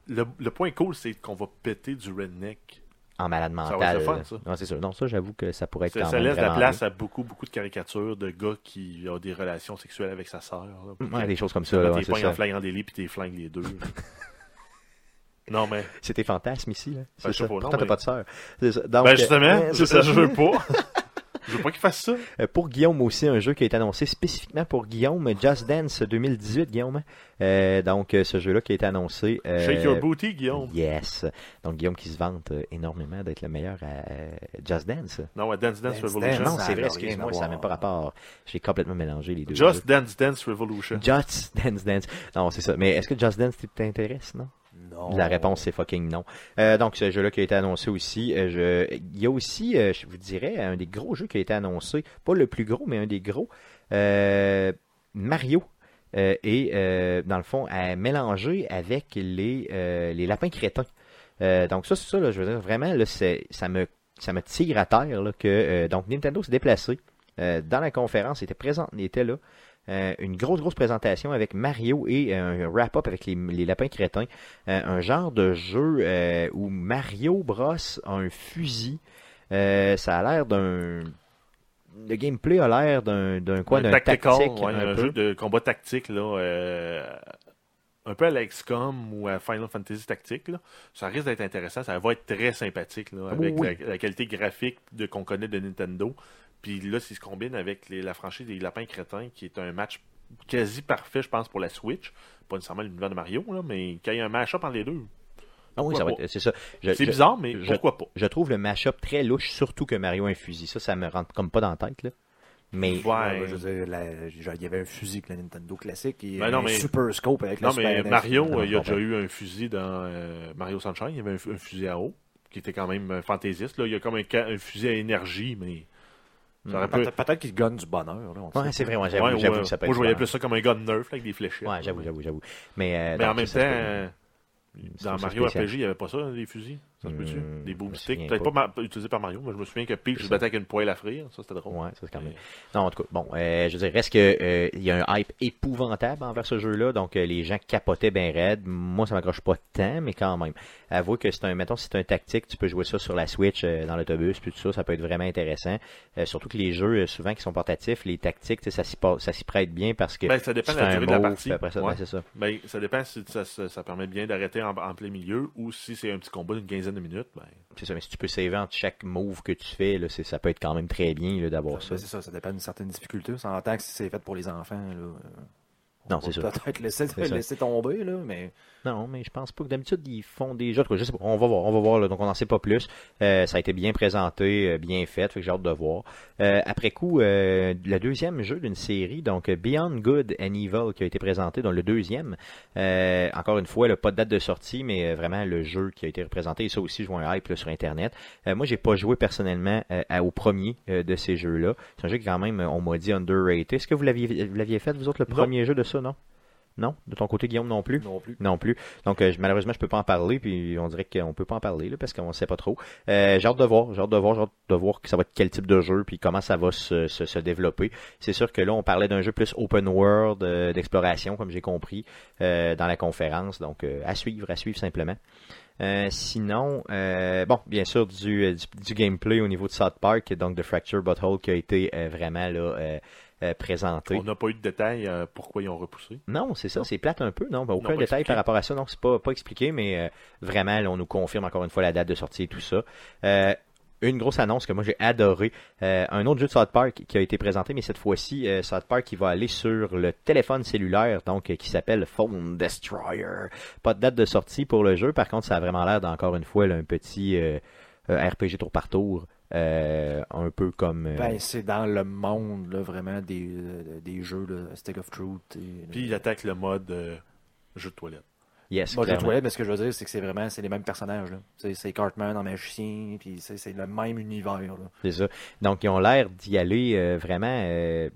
le, le point cool, c'est qu'on va péter du redneck. En malade va être mental. le fun, là. ça. Non, c'est ça. Non, ça, j'avoue que ça pourrait être Ça, quand ça même laisse la vraiment place à beaucoup, beaucoup de caricatures de gars qui ont des relations sexuelles avec sa sœur. là, bien. pour Ouais, que- des choses comme ça. T'es là, ouais, c'est pognes en ça. flagrant délit puis t'es flingues les deux. là. non, mais. C'est tes fantasmes ici, là. C'est je sais ça. pas, non, Pourtant, t'as mais- pas de sœur. C'est ça. Donc, ben euh, justement, ouais, je, c'est ça. je veux pas. je veux pas qu'ils fassent ça. Euh, Pour Guillaume aussi, un jeu qui a été annoncé spécifiquement pour Guillaume, Just Dance 2018, Guillaume. Euh, donc, euh, ce jeu-là qui a été annoncé. euh, Shake your booty, Guillaume. Yes. Donc, Guillaume qui se vante euh, énormément d'être le meilleur à euh, Just Dance. Ah, Non, ouais, Dance Dance Dance Revolution. non, ça c'est vrai, a rien à excuse-moi, voir. ça n'a même pas rapport. J'ai complètement mélangé les deux. Just Dance Dance Revolution. jeux. Just Dance Dance. Non, c'est ça. Mais est-ce que Just Dance t'intéresse, non? Non. La réponse, c'est fucking non. Euh, donc, ce jeu-là qui a été annoncé aussi, euh, je... il y a aussi, euh, je vous dirais, un des gros jeux qui a été annoncé, pas le plus gros, mais un des gros, euh, Mario. Euh, et, euh, dans le fond, à mélanger avec les, euh, les lapins crétins. Euh, donc, ça, c'est ça, là, je veux dire, vraiment, là, c'est- ça, me, ça me tire à terre là, que. euh, donc, Nintendo s'est déplacé euh, dans la conférence, était présent, était là. Euh, une grosse, grosse présentation avec Mario et euh, un wrap-up avec les, les lapins crétins euh, un genre de jeu euh, où Mario Bros a un fusil. Euh, ça a l'air d'un. Le gameplay a l'air d'un d'un quoi D'un tactical, tactique. ouais, un un peu. jeu de combat tactique, là, euh, un peu à la XCOM ou à Final Fantasy Tactique. là. Ça risque d'être intéressant, ça va être très sympathique là, avec Ah oui. la, la qualité graphique de- qu'on connaît de Nintendo. Puis là, s'il se combine avec les- la franchise des Lapins Crétins, qui est un match quasi parfait, je pense, pour la Switch. Pas nécessairement l'univers de Mario, là, mais qu'il y ait un match-up entre les deux. Ah oui, ça va Pourquoi être- c'est ça. Je- C'est je- bizarre, mais je- pourquoi pas? Je trouve le mashup très louche, surtout que Mario a un fusil. Ça, ça me rentre comme pas dans la tête, là. Mais Ouais. je veux dire, la- genre, il y avait un fusil que la Nintendo classique et Ben non, un mais- super scope avec Non, le mais Super E NES. Mario, Non, euh, il y a non, déjà non. eu un fusil dans euh, Mario Sunshine. Il y avait un, fu- un fusil à eau qui était quand même euh, fantaisiste. Là. Il y a comme un, ca- un fusil à énergie, mais. Hmm. Ça aurait pu- Peut- Peut-être qu'il gagne du bonheur. Là, on Ouais, c'est vrai, ouais, j'avoue, Ouais, ou, j'avoue euh, que ça peut moi, je voyais être. plus ça comme un gun nerf là, avec des fléchettes. Ouais, j'avoue, j'avoue, j'avoue. Mais, euh, Mais en donc, même temps, ça, ça peut- euh, je dans trouve ça Mario spécial. RPG, il n'y avait pas ça, des fusils. Ça se peut-tu? Hmm, Des je me boomsticks. souviens Peut-être pas. pas, ma- pas utilisés par Mario, mais je me souviens que Peach C'est se ça. battait avec une poêle à frire. Ça, c'était drôle. Ouais, ça c'est quand même. Mais- Non, en tout cas, bon, euh, je veux dire, reste que euh, il y a un hype épouvantable envers ce jeu-là, donc euh, les gens capotaient bien raide. Moi, ça m'accroche pas tant, mais quand même. Avouez que c'est un, mettons, c'est un tactique, tu peux jouer ça sur la Switch, euh, dans l'autobus, puis tout ça, ça peut être vraiment intéressant. Euh, surtout que les jeux, euh, souvent, qui sont portatifs, les tactiques, tu sais, ça s'y passe- ça s'y prête bien parce que Ben, ça dépend tu de la fais un durée de la move, partie. puis après ça, Ouais. ouais, c'est ça. Ben, ça dépend si ça, ça- ça permet bien d'arrêter en, en plein milieu ou si c'est un petit combat d'une quinzaine de minutes. Ben, C'est ça, mais si tu peux saver entre chaque move que tu fais, là, c'est- ça peut être quand même très bien là, d'avoir ça. C'est ça, ça dépend d'une certaine difficulté. On s'entend que si c'est fait pour les enfants, là, euh, on Non, va c'est sûr. Peut-être laisser, C'est ça. laisser tomber, là, mais Non, mais je pense pas que d'habitude ils font déjà. En tout cas, je sais pas. On va voir, on va voir. là. donc on n'en sait pas plus. Euh, ça a été bien présenté, euh, bien fait. Fait que j'ai hâte de voir. Euh, après coup, euh, le deuxième jeu d'une série, donc euh, Beyond Good and Evil, qui a été présenté, dans le deuxième. Euh, encore une fois, là, pas de date de sortie, mais euh, vraiment le jeu qui a été représenté. Et ça aussi, je vois un hype là, sur Internet. Euh, moi, j'ai pas joué personnellement euh, à- au premier euh, de ces jeux-là. C'est un jeu qui quand même, on m'a dit underrated. Est-ce que vous l'aviez, vous l'aviez fait vous autres le Non. premier jeu de ça, non? Non, de ton côté, Guillaume, non plus. non plus. Non plus. Donc euh, je- malheureusement, je peux pas en parler, puis on dirait qu'on peut pas en parler là, parce qu'on sait pas trop. Euh, j'ai hâte de voir, j'ai hâte de voir, j'ai hâte de voir que ça va être quel type de jeu, puis comment ça va se, se, se développer. C'est sûr que là, on parlait d'un jeu plus open world, euh, d'exploration, comme j'ai compris, euh, dans la conférence. Donc euh, à suivre, à suivre simplement. Euh, sinon, euh, bon, bien sûr, du, euh, du, du gameplay au niveau de South Park, donc de Fracture Butthole qui a été euh, vraiment là, euh, euh, présenté. on n'a pas eu de détails euh, pourquoi ils ont repoussé. Non, c'est ça, c'est plate un peu. Non, ben, aucun pas détail expliqué. par rapport à ça. Non, c'est pas, pas expliqué, mais euh, vraiment, là, on nous confirme encore une fois la date de sortie et tout ça. Euh, une grosse annonce que moi j'ai adoré. Euh, un autre jeu de South Park qui a été présenté, mais cette fois-ci, euh, South Park qui va aller sur le téléphone cellulaire, donc euh, qui s'appelle Phone Destroyer. Pas de date de sortie pour le jeu, par contre, ça a vraiment l'air d'encore une fois là, un petit euh, euh, RPG tour par tour, euh, un peu comme. euh, Ben, c'est dans le monde, là, vraiment, des, euh, des jeux, là, Stick of Truth. Et, Puis il attaque le mode euh, jeu de toilette. yes, Moi, je le clairement. trouvais, mais ce que je veux dire, c'est que c'est vraiment c'est les mêmes personnages. là. C'est- C'est Cartman en magicien, puis c'est c'est le même univers. Là. C'est ça. Donc, ils ont l'air d'y aller euh, vraiment. euh,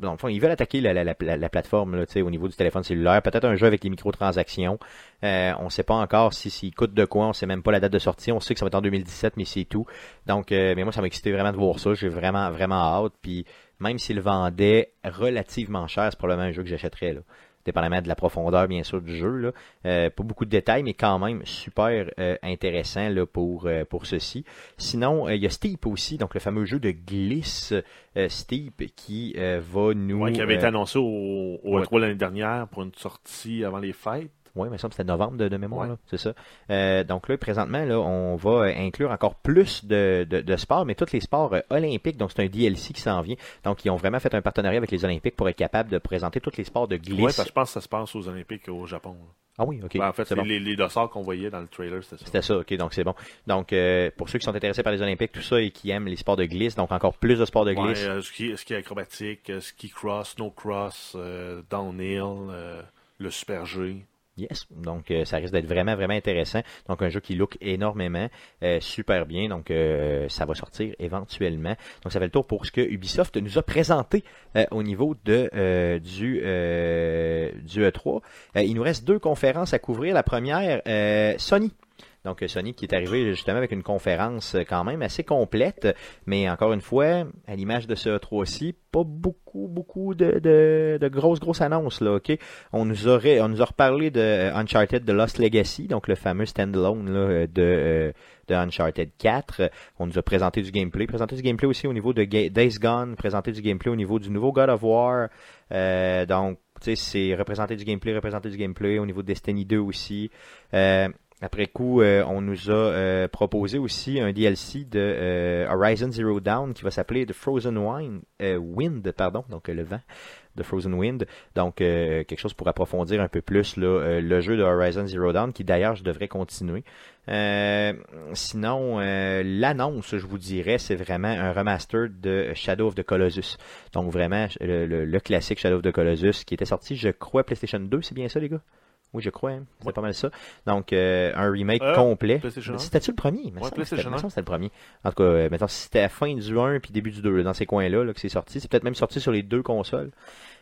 dans le fond, ils veulent attaquer la, la, la, la- la plateforme là, tu sais, au niveau du téléphone cellulaire. Peut-être un jeu avec les microtransactions. Euh, on ne sait pas encore si s'il coûte de quoi. On sait même pas la date de sortie. On sait que ça va être en 2017, mais c'est tout. Donc, euh, mais moi, ça m'a excité vraiment de voir ça. J'ai vraiment, vraiment hâte. Puis, même s'il vendait relativement cher, c'est probablement un jeu que j'achèterais. Là. Dépendamment de la profondeur, bien sûr, du jeu. Là. Euh, pas beaucoup de détails, mais quand même super euh, intéressant là, pour, euh, pour ceci. Sinon, euh, il y a Steep aussi, donc le fameux jeu de glisse euh, Steep qui euh, va nous. Ouais, qui avait été euh, annoncé au, au ouais. E3 l'année dernière pour une sortie avant les fêtes. Oui, mais ça me semble que c'était novembre de, de mémoire, Ouais. là, c'est ça. Euh, donc là, présentement, là, on va euh, inclure encore plus de, de, de sports, mais tous les sports euh, olympiques. Donc c'est un DLC qui s'en vient. Donc ils ont vraiment fait un partenariat avec les Olympiques pour être capable de présenter tous les sports de glisse. Ouais, parce que je pense que ça se passe aux Olympiques au Japon. là. Ah oui, ok. Ben, en fait, c'est c'est bon. les, les dossards qu'on voyait dans le trailer, c'était ça. C'était ça, ok, donc c'est bon. Donc euh, pour ceux qui sont intéressés par les Olympiques, tout ça, et qui aiment les sports de glisse, donc encore plus de sports de Ouais, glisse. euh, ski, ski acrobatique, euh, ski cross, snow cross, euh, downhill, euh, le super G. Yes, donc euh, ça risque d'être vraiment, vraiment intéressant. Donc un jeu qui look énormément, euh, super bien, donc euh, ça va sortir éventuellement. Donc ça fait le tour pour ce que Ubisoft nous a présenté euh, au niveau de euh, du, euh, du E3. Euh, il nous reste deux conférences à couvrir. La première, euh, Sony. Donc euh, Sony qui est arrivé justement avec une conférence euh, quand même assez complète, mais encore une fois, à l'image de ce E3-ci, pas beaucoup, beaucoup de, de, de grosses, grosses annonces, là, ok? On nous aurait, on nous a reparlé de euh, Uncharted The Lost Legacy, donc le fameux standalone là, euh, de, euh, de Uncharted 4. Euh, On nous a présenté du gameplay, présenté du gameplay aussi au niveau de Ga- Days Gone, présenté du gameplay au niveau du nouveau God of War. Euh, donc, tu sais, c'est représenter du gameplay, représenter du gameplay au niveau de Destiny 2 aussi. Euh, Après coup, euh, on nous a euh, proposé aussi un DLC de euh, Horizon Zero Dawn qui va s'appeler The Frozen Wine, euh, Wind, pardon, donc euh, le vent de Frozen Wind. Donc, euh, quelque chose pour approfondir un peu plus là, euh, le jeu de Horizon Zero Dawn, qui d'ailleurs, je devrais continuer. Euh, sinon, euh, l'annonce, je vous dirais, c'est vraiment un remaster de Shadow of the Colossus. Donc, vraiment, le, le- le classique Shadow of the Colossus qui était sorti, je crois, PlayStation 2, c'est bien ça, les gars? Oui, je crois, hein. c'est Ouais. pas mal ça. Donc, euh, un remake Euh, complet. PlayStation un? C'était-tu le premier? Il me semble Ouais, que c'était- PlayStation il me semble que c'était le premier. En tout cas, euh, mettons, si c'était à la fin du 1 puis début du 2, là, dans ces coins-là, là, que c'est sorti. C'est peut-être même sorti sur les deux consoles.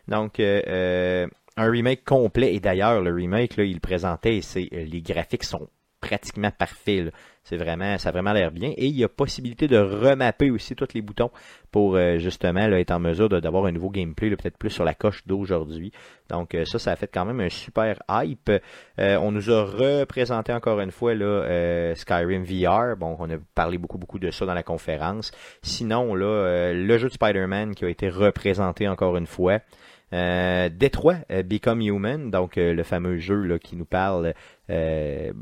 Donc, euh, euh, un remake complet. Et d'ailleurs, le remake, là, il le présentait, et c'est, euh, les graphiques sont pratiquement parfaits. là. C'est vraiment, ça a vraiment l'air bien. Et il y a possibilité de remapper aussi tous les boutons pour euh, justement là, être en mesure de- d'avoir un nouveau gameplay, là, peut-être plus sur la coche d'aujourd'hui. Donc euh, ça, ça a fait quand même un super hype. Euh, on nous a représenté encore une fois là, euh, Skyrim VR. Bon, on a parlé beaucoup, beaucoup de ça dans la conférence. Sinon, là, euh, le jeu de Spider-Man qui a été représenté encore une fois. Euh, Détroit, euh, Become Human, donc euh, le fameux jeu là, qui nous parle euh,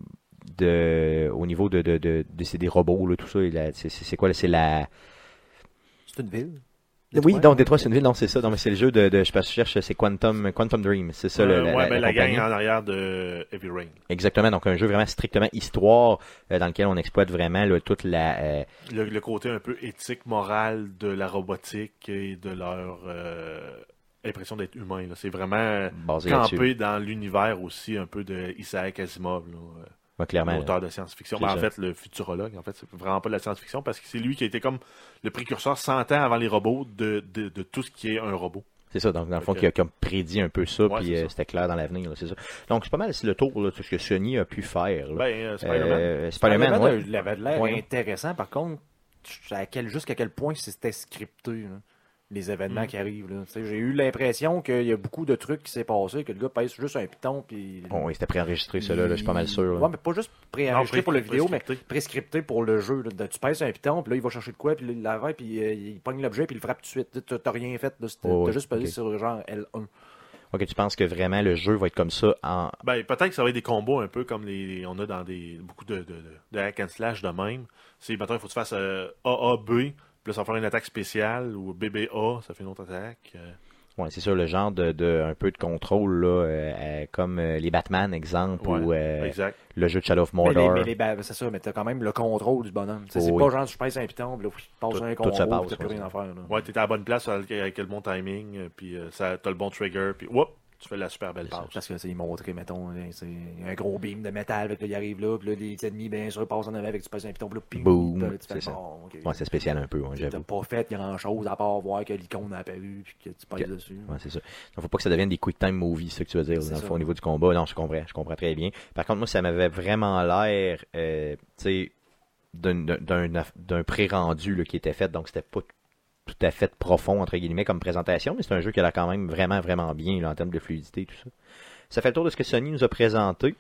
de au niveau de, de, de, de- c'est des robots, là, tout ça. et la- c'est- C'est c'est quoi là? C'est la. C'est une ville. oui, donc Détroit, c'est une ville, non, c'est ça. Non, mais c'est le jeu de, de- je sais pas, je cherche, c'est Quantum, Quantum Dream, c'est ça. le- Euh, la, ouais, la- ben, la la compagnie. gang en arrière de Heavy Rain. Exactement, donc un jeu vraiment strictement histoire euh, dans lequel on exploite vraiment là, toute la euh, Le, le côté un peu éthique, moral de la robotique et de leur euh, impression d'être humain. là. C'est vraiment basée là-dessus. campé dans l'univers aussi un peu de Isaac Asimov, là, euh, Ouais, clairement. là. l'auteur de science-fiction. C'est Ben, en ça. fait, le futurologue, en fait, c'est vraiment pas de la science-fiction parce que c'est lui qui a été comme le précurseur 100 ans avant les robots de, de, de tout ce qui est un robot. C'est ça, donc dans le fond, Ok. qui a comme prédit un peu ça, Ouais, puis c'est euh, ça. c'était clair dans l'avenir, là, c'est ça. Donc c'est pas mal c'est le tour là, de ce que Sony a pu faire. là. Ben, euh, Spider-Man. Euh, Spider-Man, Spider-Man, ouais. il avait de l'air Ouais. intéressant, par contre, je- à quel- jusqu'à quel point c'était scripté, là, les événements Hmm. Mhm. qui arrivent. là. Tu sais, J'ai eu l'impression qu'il y a beaucoup de trucs qui s'est passé, que le gars pèse juste un piton, puis... Bon, oui, c'était préenregistré, ça, là, là, je suis pas mal sûr. là. Ouais, mais pas juste préenregistré Non, pré- pour le vidéo, mais prescripté. prescripté pour le jeu. là. Tu pèses un piton, puis là, il va chercher de quoi, puis là, il l'avant, puis euh, il pogne l'objet, puis il le frappe tout de suite. Tu- T'as rien fait, là, c'était- Oh, t'as oui, juste pesé ok. sur genre L1. Ok, tu penses que vraiment le jeu va être comme ça en. Ben, peut-être que ça va être des combos un peu comme les, on a dans des beaucoup de, de, de, de hack and slash de même. C'est, maintenant il faut que tu fasses euh, AAB, puis là, ça va faire une attaque spéciale, ou BBA, ça fait une autre attaque. euh. Ouais, c'est ça, le genre de, de- un peu de contrôle, là, euh, euh, comme euh, les Batman, exemple, Ouais, Ben, ou euh, Exact. le jeu de Shadow of Mais, les- Mordor. mais les- ben, c'est ça, mais t'as quand même le contrôle du bonhomme. Tu sais, c'est Oh, pas oui. genre tu pèses un piton, puis là, pff, passe Tout- un tout se combo, passe, puis t'as plus ouais. rien à faire. là. Ouais, t'es à la bonne place avec, avec le bon timing, euh, puis euh, ça, t'as le bon trigger, puis whoop, tu fais la super belle C'est ça. passe. Parce que c'est montré, mettons, hein, c'est un gros beam de métal, avec là, il arrive là, puis là, les ennemis, bien sûr, passent en avant avec tu passes un piton, puis là, ping, Boum, t'as- tu fais, c'est ça. bon, ok. Ouais, c'est spécial un peu, ouais, T'as j'avoue. pas fait grand chose à part voir que l'icône a apparu, puis que tu pèses Que- dessus. Ouais, c'est ça. Donc, faut pas que ça devienne des quick time movies, c'est ça que tu veux dire, C'est dans le ça. fond, au niveau du combat. Non, je comprends, je comprends très bien. Par contre, moi, ça m'avait vraiment l'air, euh, tu sais, d'un- d'un- d'un aff- d'un pré-rendu là, qui était fait, donc c'était pas tout à fait profond, entre guillemets, comme présentation, mais c'est un jeu qui a l'air quand même vraiment, vraiment bien là, en termes de fluidité, tout ça. Ça fait le tour de ce que Sony nous a présenté.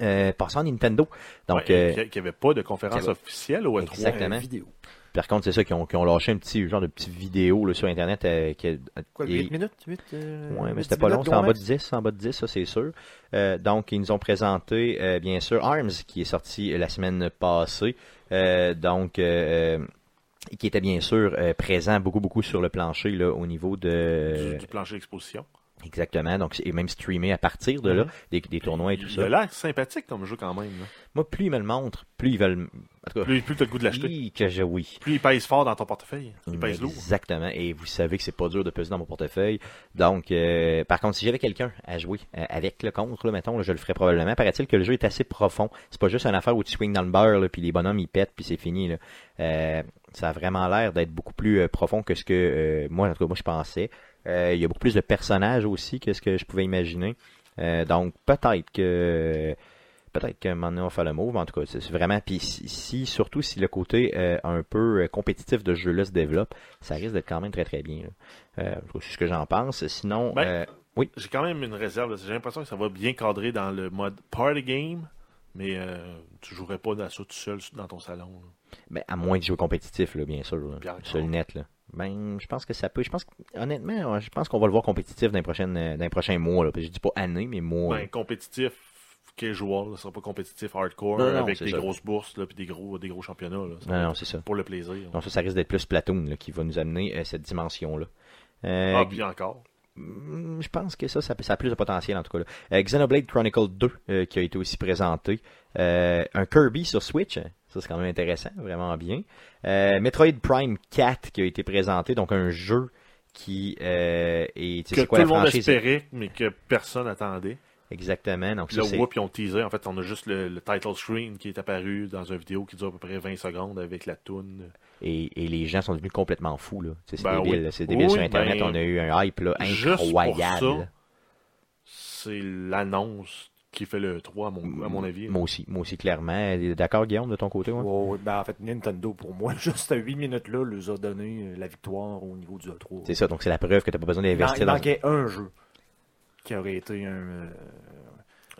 Euh, passons à Nintendo. Donc, Ouais, euh, et qu'il n'y avait pas de conférence qu'il y officielle au E E3. Exactement. Euh, vidéo. par contre, c'est ça, qui ont, qui ont lâché un petit genre de petite vidéo là, sur Internet. euh, qui a- Quoi, et- 8 minutes 8, euh, Ouais, mais 10 c'était pas minutes, long, c'était en gros bas de max? 10, en bas de 10, ça c'est sûr. Euh, donc, ils nous ont présenté, euh, bien sûr, ARMS, qui est sorti euh, la semaine passée, Euh, donc, euh, euh, qui était bien sûr euh, présent beaucoup, beaucoup sur le plancher là, au niveau euh, Du, de... du plancher d'exposition. Exactement, donc, c'est- et même streamé à partir de là, Mhm. des, des tournois et tout Il ça. a l'air sympathique comme jeu quand même. là. Moi, plus ils me le montrent, plus ils veulent... En tout cas, Plus, plus t'as le goût de l'acheter. oui, que je... Oui. Plus il pèse fort dans ton portefeuille. Il pèse lourd. Exactement. Et vous savez que c'est pas dur de peser dans mon portefeuille. Donc, euh, par contre, si j'avais quelqu'un à jouer euh, avec le contre, là, mettons, là, je le ferais probablement. Paraît-il que le jeu est assez profond. C'est pas juste une affaire où tu swings dans le beurre, là, puis les bonhommes ils pètent, puis c'est fini. Là. Euh, ça a vraiment l'air d'être beaucoup plus euh, profond que ce que euh, moi, en tout cas, moi je pensais. Euh, il y a beaucoup plus de personnages aussi que ce que je pouvais imaginer. Euh, donc peut-être que peut-être qu'un moment donné, on va faire le move, mais en tout cas, c'est c'est vraiment. Puis si, si- surtout si le côté euh, un peu euh, compétitif de ce jeu-là se développe, ça risque d'être quand même très très bien. là. Euh, c'est ce que j'en pense. Sinon, Ben, euh, J'ai quand même une réserve. là. J'ai l'impression que ça va bien cadrer dans le mode party game, mais euh, tu jouerais pas à ça tout seul dans ton salon. là. ben, à moins de jouer compétitif, là, bien sûr, là, Bien sur le encore. net. Là. Ben, je pense que ça peut. Je pense que, honnêtement, euh, je pense qu'on va le voir compétitif dans les prochaines, dans les prochains mois. Là. Puis Je dis pas année, mais mois. là. Ben, compétitif, casual, ce sera pas compétitif hardcore Non, non, avec c'est des ça. grosses bourses là, puis des gros, des gros championnats. là. Ça Non, va non, être c'est ça. Pour le plaisir. Donc ça, ça risque d'être plus Platoon là, qui va nous amener euh, cette dimension-là. Euh, Ah, puis encore. Mm, Je pense que ça, ça, peut- ça a plus de potentiel en tout cas. là. Euh, Xenoblade Chronicle 2 euh, qui a été aussi présenté. Euh, un Kirby sur Switch, hein. ça c'est quand même intéressant, vraiment bien. Euh, Metroid Prime 4 qui a été présenté, donc un jeu qui euh, est. tu sais, Que c'est quoi tout la le monde franchise espérait, mais que personne attendait. Exactement. Donc, Puis ça, là, c'est- whoop, ils ont teasé. En fait, on a juste le, le title screen qui est apparu dans une vidéo qui dure à peu près 20 secondes avec la toune. et, et les gens sont devenus complètement fous. là. Tu sais, C'est Ben débile. oui. là. C'est débile Oui, sur Internet. ben, on a eu un hype là, juste pour incroyable. ça, C'est l'annonce qui fait le 3, à mon, à mon avis. Moi aussi, moi aussi, clairement. D'accord, Guillaume, de ton côté ouais? Ouais, ouais, ben, en fait, Nintendo, pour moi, juste à 8 minutes-là, leur a donné euh, la victoire au niveau du E3. C'est ça, donc c'est la preuve que tu pas besoin Il, man- d'investir il dans manquait un jeu qui aurait été un, euh,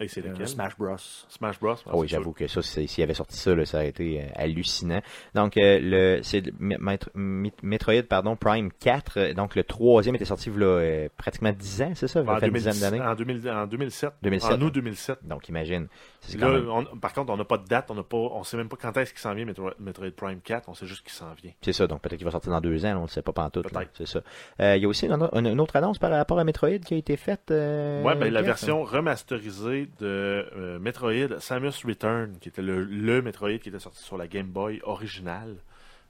Et c'est un lequel Smash Bros. Smash Bros. Ah oui, c'est j'avoue que ça, c'est- s'il avait sorti ça, là, ça aurait été euh, hallucinant. Donc, euh, le, c'est le Me- Metro- Me- Metroid pardon, Prime 4, euh, donc le troisième était sorti là, pratiquement 10 ans, c'est ça? sûr. En, fait une 2010 dizaine d'années. en 2000 en 2007. 2007, En hein. août 2007. Donc, imagine. C'est Là, quand même- on- par contre, on n'a pas de date, on n'a pas, on sait même pas quand est-ce qu'il s'en vient Metro- Metroid Prime 4, on sait juste qu'il s'en vient. c'est ça, donc peut-être qu'il va sortir dans deux ans, là, on ne sait pas pantoute. là, Peut-être. C'est ça. Euh, Il y a aussi une, une- une autre annonce par rapport à Metroid qui a été faite. euh, ouais, ben, la Jeff? version remasterisée de euh, Metroid Samus Return, qui était le, le Metroid qui était sorti sur la Game Boy originale,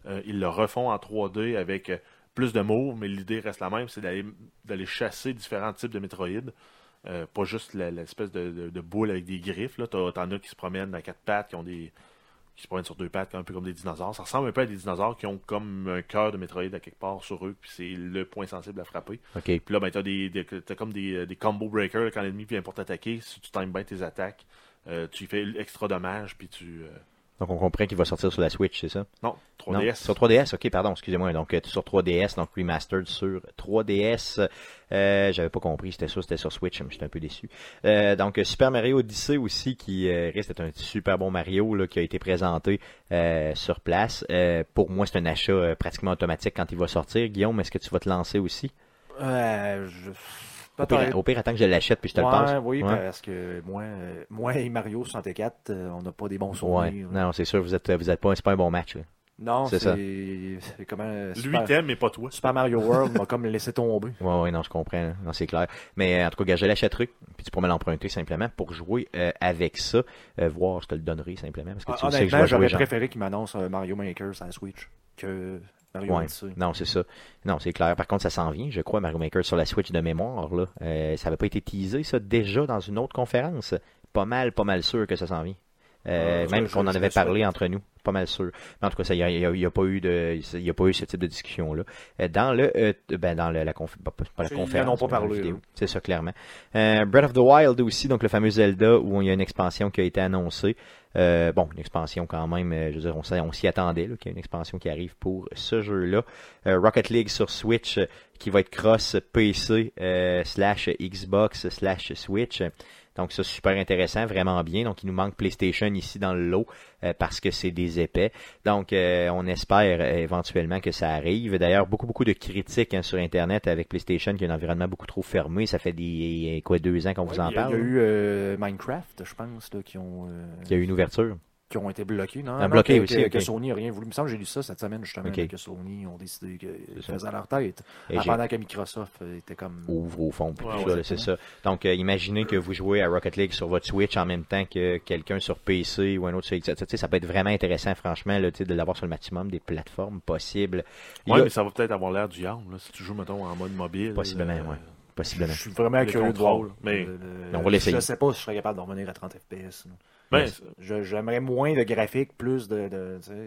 euh, ils le refont en 3D avec euh, plus de mots, mais l'idée reste la même, c'est d'aller d'aller chasser différents types de Metroid. Euh, pas juste la- l'espèce de, de- de boule avec des griffes. Là. T'as- T'en as qui se promènent à quatre pattes, qui ont des. qui se promènent sur deux pattes, un peu comme des dinosaures. Ça ressemble un peu à des dinosaures qui ont comme un cœur de Metroid à quelque part sur eux, puis c'est le point sensible à frapper. OK. Puis là, ben, t'as des, des- t'as comme des, euh, des combo breakers là, quand l'ennemi vient pour t'attaquer. Si tu times bien tes attaques, euh, tu y fais extra dommage, puis tu. euh, Donc, on comprend qu'il va sortir sur la Switch, c'est ça? Non, Non, 3DS. sur 3DS, ok, pardon, excusez-moi. Donc, euh, sur 3DS, donc remastered sur 3DS. Euh, J'avais pas compris, c'était ça, c'était sur Switch, mais j'étais un peu déçu. Euh, donc, euh, Super Mario Odyssey aussi, qui euh, risque d'être un super bon Mario, là, qui a été présenté euh, sur place. Euh, pour moi, c'est un achat euh, pratiquement automatique quand il va sortir. Guillaume, est-ce que tu vas te lancer aussi? Euh, je... Au pire, au pire, attends que je l'achète, puis je te le Ouais, passe. Oui, Ouais. parce que moi, euh, moi et Mario 64, euh, on n'a pas des bons Ouais. souvenirs. Non, c'est sûr, vous êtes, vous êtes pas, c'est pas un bon match. là. Non, C'est c'est ça. c'est comment euh, Lui Super, t'aime, mais pas toi. Super Mario World m'a comme laissé tomber. Ouais, ouais, non, je comprends. hein. Non, c'est clair. Mais euh, en tout cas, gars, je l'achèterai. Puis tu pourras me l'emprunter simplement pour jouer euh, avec ça. Euh, voir, je te le donnerai simplement. Parce que tu sais que je Ah, Honnêtement, vais jouer j'aurais genre. préféré qu'il m'annonce un Mario Maker sur la Switch que Mario Ouais. Odyssey. Non, c'est ça. Non, c'est clair. Par contre, ça s'en vient, je crois, Mario Maker sur la Switch de mémoire. Là. Euh, ça n'avait pas été teasé, ça, déjà dans une autre conférence. Pas mal, pas mal sûr que ça s'en vient. Euh, Euh, même je- qu'on en je- je avait le souhaite. parlé entre nous, pas mal sûr. Mais en tout cas, ça, il n'y a, il y a- il y a pas eu de, il y a pas eu ce type de discussion là. Euh, Dans le, euh, ben dans le- la conf- pas- pas la Ils en ont conférence, pas mais dans la parlé, vidéo. eux. C'est ça clairement. Euh, Breath of the Wild aussi, donc le fameux Zelda où il y a une expansion qui a été annoncée. Euh, bon, une expansion quand même, euh, je veux dire, on, s'y- on s'y attendait là, qu'il y a une expansion qui arrive pour ce jeu-là. Euh, Rocket League sur Switch euh, qui va être cross PC euh, slash Xbox slash Switch. Donc ça, super intéressant, vraiment bien. Donc il nous manque PlayStation ici dans le lot euh, parce que c'est des épais. Donc euh, on espère euh, éventuellement que ça arrive. D'ailleurs, beaucoup, beaucoup de critiques hein, sur Internet avec PlayStation qui est un environnement beaucoup trop fermé. Ça fait des quoi deux ans qu'on vous en il y a, parle. il y a eu euh, Minecraft, je pense, là, qui ont euh, Il y a eu une ouverture. qui ont été bloqués. Non, Ah, non, bloqués que, aussi, que- ok. que Sony n'a rien voulu. Il me semble que j'ai lu ça cette semaine justement Ok. là, que Sony ont décidé qu'ils ça. faisaient leur tête. Et Ah, j'ai- pendant que Microsoft euh, était comme ouvre au fond. puis Ouais, tout ouais, ça, là, c'est ça. Donc, euh, imaginez que vous jouez à Rocket League sur votre Switch en même temps que quelqu'un sur PC ou un autre sur Xbox. Tu sais, Ça peut être vraiment intéressant, franchement, là, tu sais, de l'avoir sur le maximum des plateformes possibles. Il Ouais, y a- mais ça va peut-être avoir l'air du Yarn, là, si tu joues, mettons, en mode mobile. Possiblement, euh, ouais. Possiblement. Je suis vraiment Les curieux de voir. contrôles, mais- Le- le- Mais on va l'essayer. Je sais pas si je serais capable de revenir à 30 FPS. là. Ben, Ouais. c'est- Je- J'aimerais moins de graphique, plus de. de, tu sais, Ouais,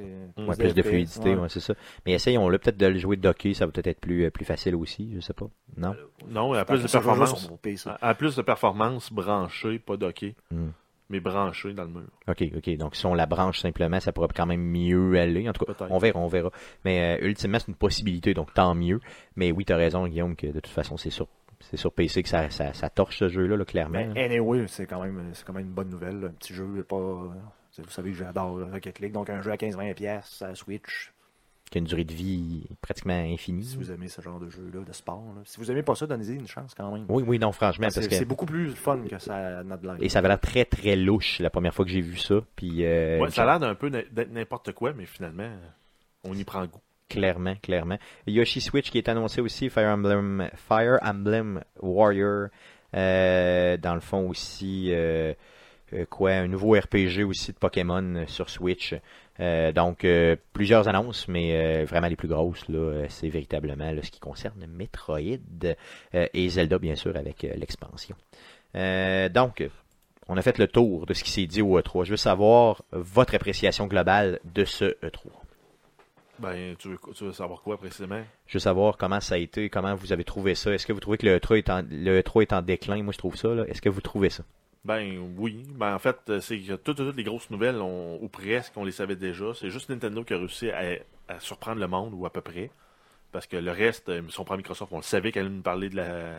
Ouais, plus plus de FPS, fluidité, ouais. ouais, c'est ça. Mais essayons-le peut-être de le jouer docké, ça va peut-être être plus, euh, plus facile aussi, je sais pas. Non? Non, à Tant plus que de ça, je vais jouer performance. sur mon PC. À, à plus de performance branchée, pas docké, Hmm. mais branchée dans le mur. OK, OK. Donc, si on la branche simplement, ça pourrait quand même mieux aller. En tout cas, Peut-être. on verra, on verra. Mais euh, ultimement, c'est une possibilité, donc tant mieux. Mais oui, t'as raison, Guillaume, que de toute façon, c'est sur, c'est sur PC que ça, ça, ça torche ce jeu-là, là, clairement. Ben, Mais anyway, c'est quand, même- c'est quand même une bonne nouvelle. là. Un petit euh, jeu, pas. Vous savez que j'adore Rocket League, donc un jeu à 15-20$ pièces à Switch. qui hein. a une durée de vie pratiquement infinie. Si vous aimez ce genre de jeu-là, de sport, là. si vous aimez pas ça, donnez-y une chance quand même. Oui, oui, non, franchement, Ah, parce c'est que... c'est beaucoup plus fun que ça a notre langue. Et ça avait l'air très, très louche la première fois que j'ai vu ça. Puis, euh, Ouais, ça a l'air d'un peu n- d'être n'importe quoi, mais finalement, on y prend goût. Clairement, clairement. Yoshi Switch qui est annoncé aussi, Fire Emblem, Fire Emblem Warrior. Euh, dans le fond aussi, euh, euh, quoi, un nouveau RPG aussi de Pokémon sur Switch. Euh, donc, euh, plusieurs annonces, mais euh, vraiment les plus grosses, là, euh, c'est véritablement là, ce qui concerne Metroid euh, et Zelda, bien sûr, avec euh, l'expansion. Euh, donc, on a fait le tour de ce qui s'est dit au E3. Je veux savoir votre appréciation globale de ce E E3. Ben, tu veux, tu veux savoir quoi précisément? Je veux savoir comment ça a été, comment vous avez trouvé ça. Est-ce que vous trouvez que le E3 est en, le E3 est en déclin? Moi, je trouve ça. là. Est-ce que vous trouvez ça? Ben oui, ben en fait, euh, c'est que toutes, toutes les grosses nouvelles, on- ou presque, on les savait déjà. C'est juste Nintendo qui a réussi à, à surprendre le monde, ou à peu près. Parce que le reste, euh, si on prend Microsoft, on le savait qu'elle allait nous parler de la,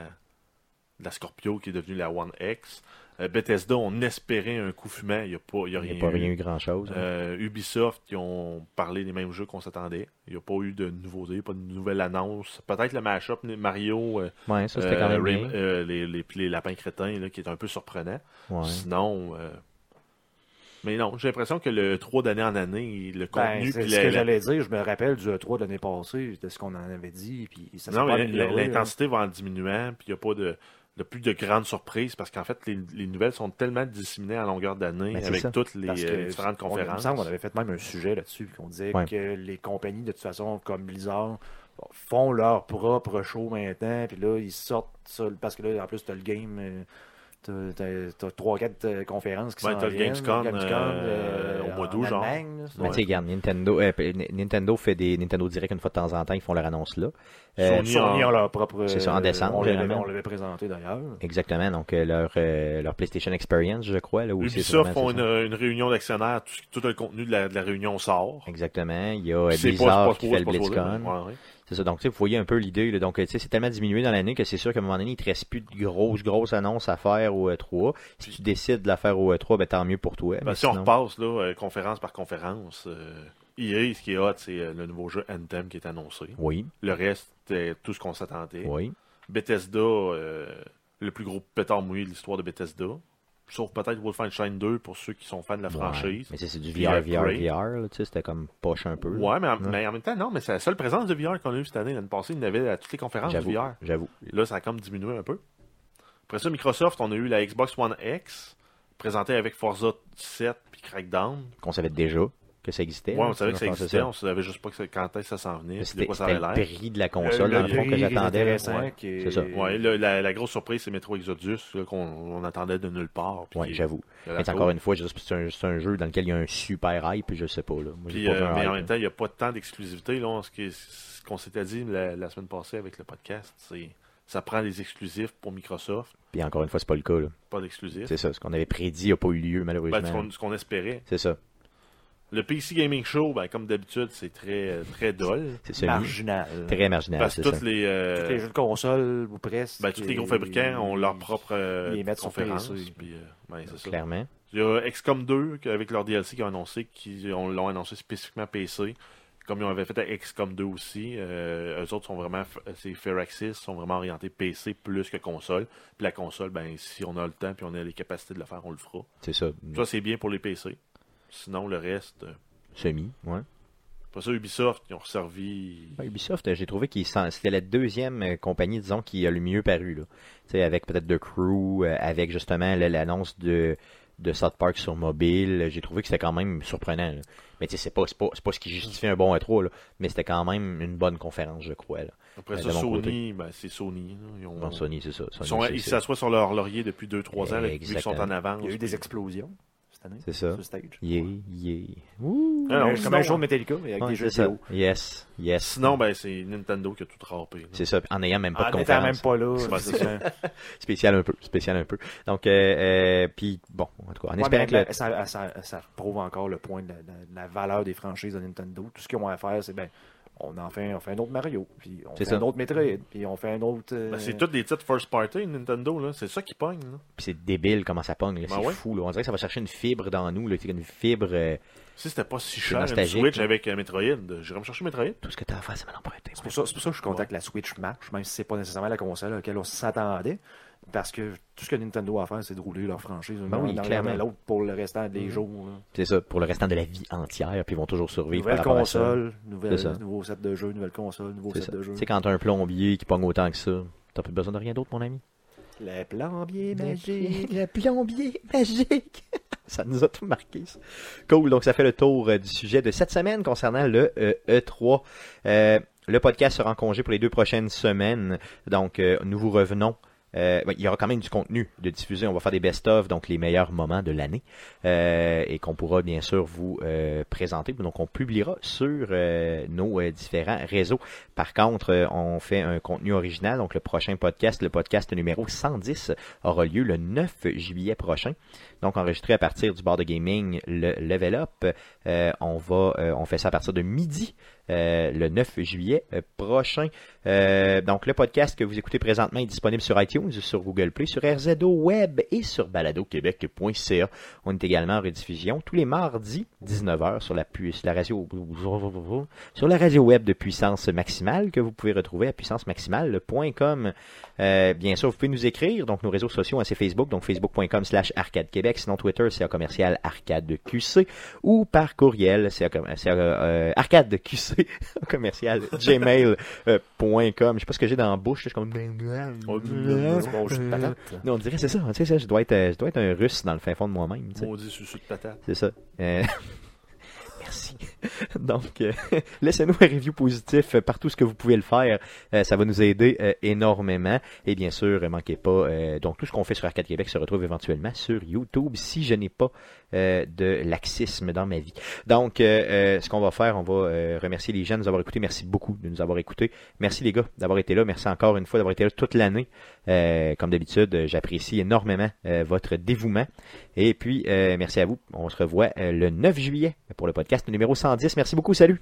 de la Scorpio qui est devenue la One X. Euh, Bethesda, on espérait un coup fumant, il n'y a, pas- il y a Il rien n'y a pas eu. rien eu grand-chose. hein. Euh, Ubisoft, ils ont parlé des mêmes jeux qu'on s'attendait. Il n'y a pas eu de nouveautés, pas de nouvelle annonce. Peut-être le mashup Mario, euh, ouais, ça, c'était quand euh, même Ray- bien. euh, les, les- les lapins crétins, là, qui est un peu surprenant. Ouais. Sinon. euh, Mais non, j'ai l'impression que le 3 d'année en année, le Ben, contenu. c'est puis ce la- que la- j'allais dire. Je me rappelle du E3 de l'année passée, de ce qu'on en avait dit. Puis ça s'est Non, pas mais la- amélioré, hein. là. l'intensité va en diminuant, puis il n'y a pas de, de plus de grandes surprises parce qu'en fait, les, les nouvelles sont tellement disséminées à longueur d'année Ben, c'est avec ça. toutes les Parce que euh, différentes on- il me conférences. semble qu'on avait fait même un sujet là-dessus, puis qu'on disait Ouais. que les compagnies, de toute façon, comme Blizzard, font leur propre show maintenant, puis là, ils sortent ça, parce que là, en plus, t'as le game, euh, t'as- t'as- t'as trois, quatre euh, conférences qui Ouais, sont t'as le Gamescom, euh, au mois d'août, genre. Mais tu sais, regarde, Nintendo, euh, N- Nintendo fait des Nintendo Direct une fois de temps en temps, ils font leur annonce là. Euh, Sony, Sony en- ont leur propre. C'est ça, en euh, décembre, On l'avait- généralement. on l'avait présenté d'ailleurs. Exactement, donc euh, leur, euh, leur PlayStation Experience, je crois. Là, où c'est Ubisoft vraiment- font c'est une, ça. une réunion d'actionnaires, tout, ce- tout le contenu de la, de la réunion sort. Ben, Exactement, il y a euh, C'est pas- c'est Blizzard pas qui trop- fait c'est le pas trop là, BlizzCon. mais ouais, ouais. C'est ça. Donc, tu sais, vous voyez un peu l'idée. là. Donc, euh, tu sais, c'est tellement diminué dans l'année que c'est sûr qu'à un moment donné, il te reste plus de grosses, grosses annonces à faire au E3. Si tu décides de la faire au E3, ben, tant mieux pour toi. Ben, mais si on sinon- repasse là, euh, conférence par conférence, euh, EA, ce qui est hot, c'est euh, le nouveau jeu Anthem qui est annoncé. Oui, Le reste, c'était tout ce qu'on s'attendait. oui. Bethesda, euh, le plus gros pétard mouillé de l'histoire de Bethesda. Sauf peut-être Wolfenstein 2 pour ceux qui sont fans de la franchise. Ouais. Mais ça, c'est du Puis VR, VR, Upgrade. VR. là, tu sais, C'était comme poche un peu. là. Ouais, mais en, mais en même temps, non, mais c'est la seule présence de VR qu'on a eu cette année. L'année passée, il y en avait à toutes les conférences de J'avoue. VR. J'avoue. Là, ça a comme diminué un peu. Après ça, Microsoft, on a eu la Xbox One X, présentée avec Forza 7 puis Crackdown. Qu'on savait déjà que ça existait. Ouais, on là, savait que ça je pense existait, Ben, ça. on savait juste pas que ça- quand est-ce que ça s'en venait, puis de C'était quoi ça c'était avait le l'air. prix de la console, Euh, Le- dans le le fond, que prix qui est j'attendais. là. intéressant, Ouais. qui est- C'est ça. Ouais, le- la, la grosse surprise, c'est Metro Exodus, là, qu'on on attendait de nulle part. puis Ouais, qui- j'avoue. de la Mais c'est cour. encore une fois, je- c'est un, c'est un jeu dans lequel il y a un super hype, je sais pas. Là. Moi, j'ai Puis, pas vu euh, un mais en hype, même temps, il n'y a pas tant d'exclusivité. là. On- Ce qui- ce qu'on s'était dit la, la semaine passée avec le podcast, c'est ça prend des exclusifs pour Microsoft, Puis encore une fois, c'est pas le cas. là. pas d'exclusifs. C'est ça. Ce qu'on avait prédit n'a pas eu lieu, Ben, ce malheureusement. qu'on- ce qu'on espérait. C'est ça. Le PC Gaming Show, ben, comme d'habitude, c'est très, euh, très dol. C'est celui Marginal. très marginal. Parce que C'est ça. tous les, euh, Tous les jeux de console ou presque. ben, tous les gros fabricants ont leur propre euh, ils les mettent sur conférence. PC. puis, euh, ben, c'est ça. Clairement. Il y a XCOM 2 qui- avec leur DLC qui ont annoncé qu'ils ont- l'ont annoncé spécifiquement PC. Comme ils avaient fait à XCOM 2 aussi, euh, eux autres sont vraiment, f- c'est Firaxis, sont vraiment orientés PC plus que console. Puis la console, ben, si on a le temps puis on a les capacités de le faire, on le fera. C'est ça. Ça, c'est bien pour les PC. Sinon, le reste. euh, Semi. Ouais. Après ça, Ubisoft, ils ont resservi. Ouais, Ubisoft, euh, j'ai trouvé qu'ils s'en- c'était la deuxième euh, compagnie, disons, qui a le mieux paru. Là. Tu sais, Avec peut-être The Crew, euh, avec justement le- l'annonce de, de South Park sur mobile. euh, J'ai trouvé que c'était quand même surprenant. là. Mais tu sais, c'est pas, c'est pas, c'est pas ce qui justifie un bon E3, là. mais c'était quand même une bonne conférence, je crois. Là. Après Ben, ça, de mon Sony, ben, c'est Sony. là. Ils ont- Bon, Sony, c'est ça. ils Sony, sont- c'est- ils c'est- s'assoient sur leur laurier depuis 2-3 ans, là, vu qu'ils sont en Exactement. avance. Il y a eu des explosions cette année. C'est ça. Sur stage. Yeah, yeah. Ouh. Ah non, Euh, sinon, comme un show de Metallica, mais avec Ouais, des jeux c'est ça. vidéo. Yes, yes. Sinon, ben, c'est Nintendo qui a tout râpé. là. C'est ça, en n'ayant même pas Ah, de n'étant conférence. même pas là. C'est pas c'est ça. Spécial un peu, spécial un peu. Donc, euh, euh, puis bon, en tout cas, en Ouais, espérant mais que le- la- ça, ça- ça prouve encore le point de la, de la valeur des franchises de Nintendo. Tout ce qu'ils ont à faire, c'est ben, on en fait, on fait un autre Mario, puis on C'est fait ça. un autre Metroid, puis on fait un autre. euh, Ben, c'est tous des titres first party Nintendo, là. C'est ça qui pogne, là. Puis c'est débile comment ça pogne, là. Ben c'est ouais. fou. Là. On dirait que ça va chercher une fibre dans nous, là. Tu sais, une fibre, euh, Si c'était pas si cher une nostalgique, Switch là. avec euh, Metroid, j'irais me chercher Metroid. tout ce que tu as à faire, c'est me l'emprunter. C'est pour, ça, c'est pour ça que je suis content que la Switch marche, même si c'est pas nécessairement la console à laquelle on s'attendait. Parce que tout ce que Nintendo a à faire, c'est de rouler leur franchise une Ben oui, dans clairement. Mm-hmm. l'autre pour le restant des Mhm. jours. là. C'est ça, pour le restant de la vie entière, puis ils vont toujours survivre. Nouvelle par rapport à ça. console, C'est ça. nouvelle, nouveau set de jeux, nouvelle console, nouveau C'est set ça. de jeux. Tu sais, quand t'as un plombier qui pogne autant que ça, t'as plus besoin de rien d'autre, mon ami. Les plombiers magiques. Le plombier magique. ça nous a tout marqué, ça. Cool, donc ça fait le tour euh, du sujet de cette semaine concernant le euh, E3. Euh, le podcast sera en congé pour les deux prochaines semaines, donc euh, nous vous revenons. Euh, ben, il y aura quand même du contenu de diffuser. On va faire des best-of, donc les meilleurs moments de l'année, euh, et qu'on pourra bien sûr vous euh, présenter. Donc on publiera sur euh, nos euh, différents réseaux. Par contre, euh, on fait un contenu original. Donc le prochain podcast, le podcast numéro 110, aura lieu le 9 juillet prochain. Donc enregistré à partir du bar de gaming, le Level Up. Euh, on va, euh, on fait ça à partir de midi. euh, le 9 juillet euh, prochain. Euh, donc, le podcast que vous écoutez présentement est disponible sur iTunes, sur Google Play, sur RZO Web et sur baladoquebec.ca. On est également en rediffusion tous les mardis, 19h, sur la, pu- sur la radio sur la radio web de Puissance Maximale que vous pouvez retrouver à puissancemaximale.com. Euh, bien sûr, vous pouvez nous écrire, donc nos réseaux sociaux, hein, c'est Facebook, donc facebook.com slash arcade Québec, sinon Twitter, c'est un commercial arcade QC, ou par courriel, c'est un com- c'est un, euh, arcade QC, un commercial gmail.com. Je sais pas ce que j'ai dans la bouche, je suis comme... Oh, C'est bon, jus de patate. Non, on dirait, c'est ça, tu sais, ça, je dois être, euh, je dois être un russe dans le fin fond de moi-même, tu sais. Maudit suceux de patate. C'est ça. Euh, Merci. Donc, euh, laissez-nous un review positif euh, partout ce que vous pouvez le faire. Euh, ça va nous aider euh, énormément. Et bien sûr, ne manquez pas. euh, donc, tout ce qu'on fait sur Arcade Québec se retrouve éventuellement sur YouTube si je n'ai pas euh, de laxisme dans ma vie. Donc, euh, euh, ce qu'on va faire, on va euh, remercier les gens de nous avoir écoutés. Merci beaucoup de nous avoir écoutés. Merci les gars d'avoir été là. Merci encore une fois d'avoir été là toute l'année. Euh, comme d'habitude, euh, j'apprécie énormément euh, votre dévouement. Et puis, euh, merci à vous. On se revoit euh, le 9 juillet pour le podcast numéro 110. Merci beaucoup. Salut.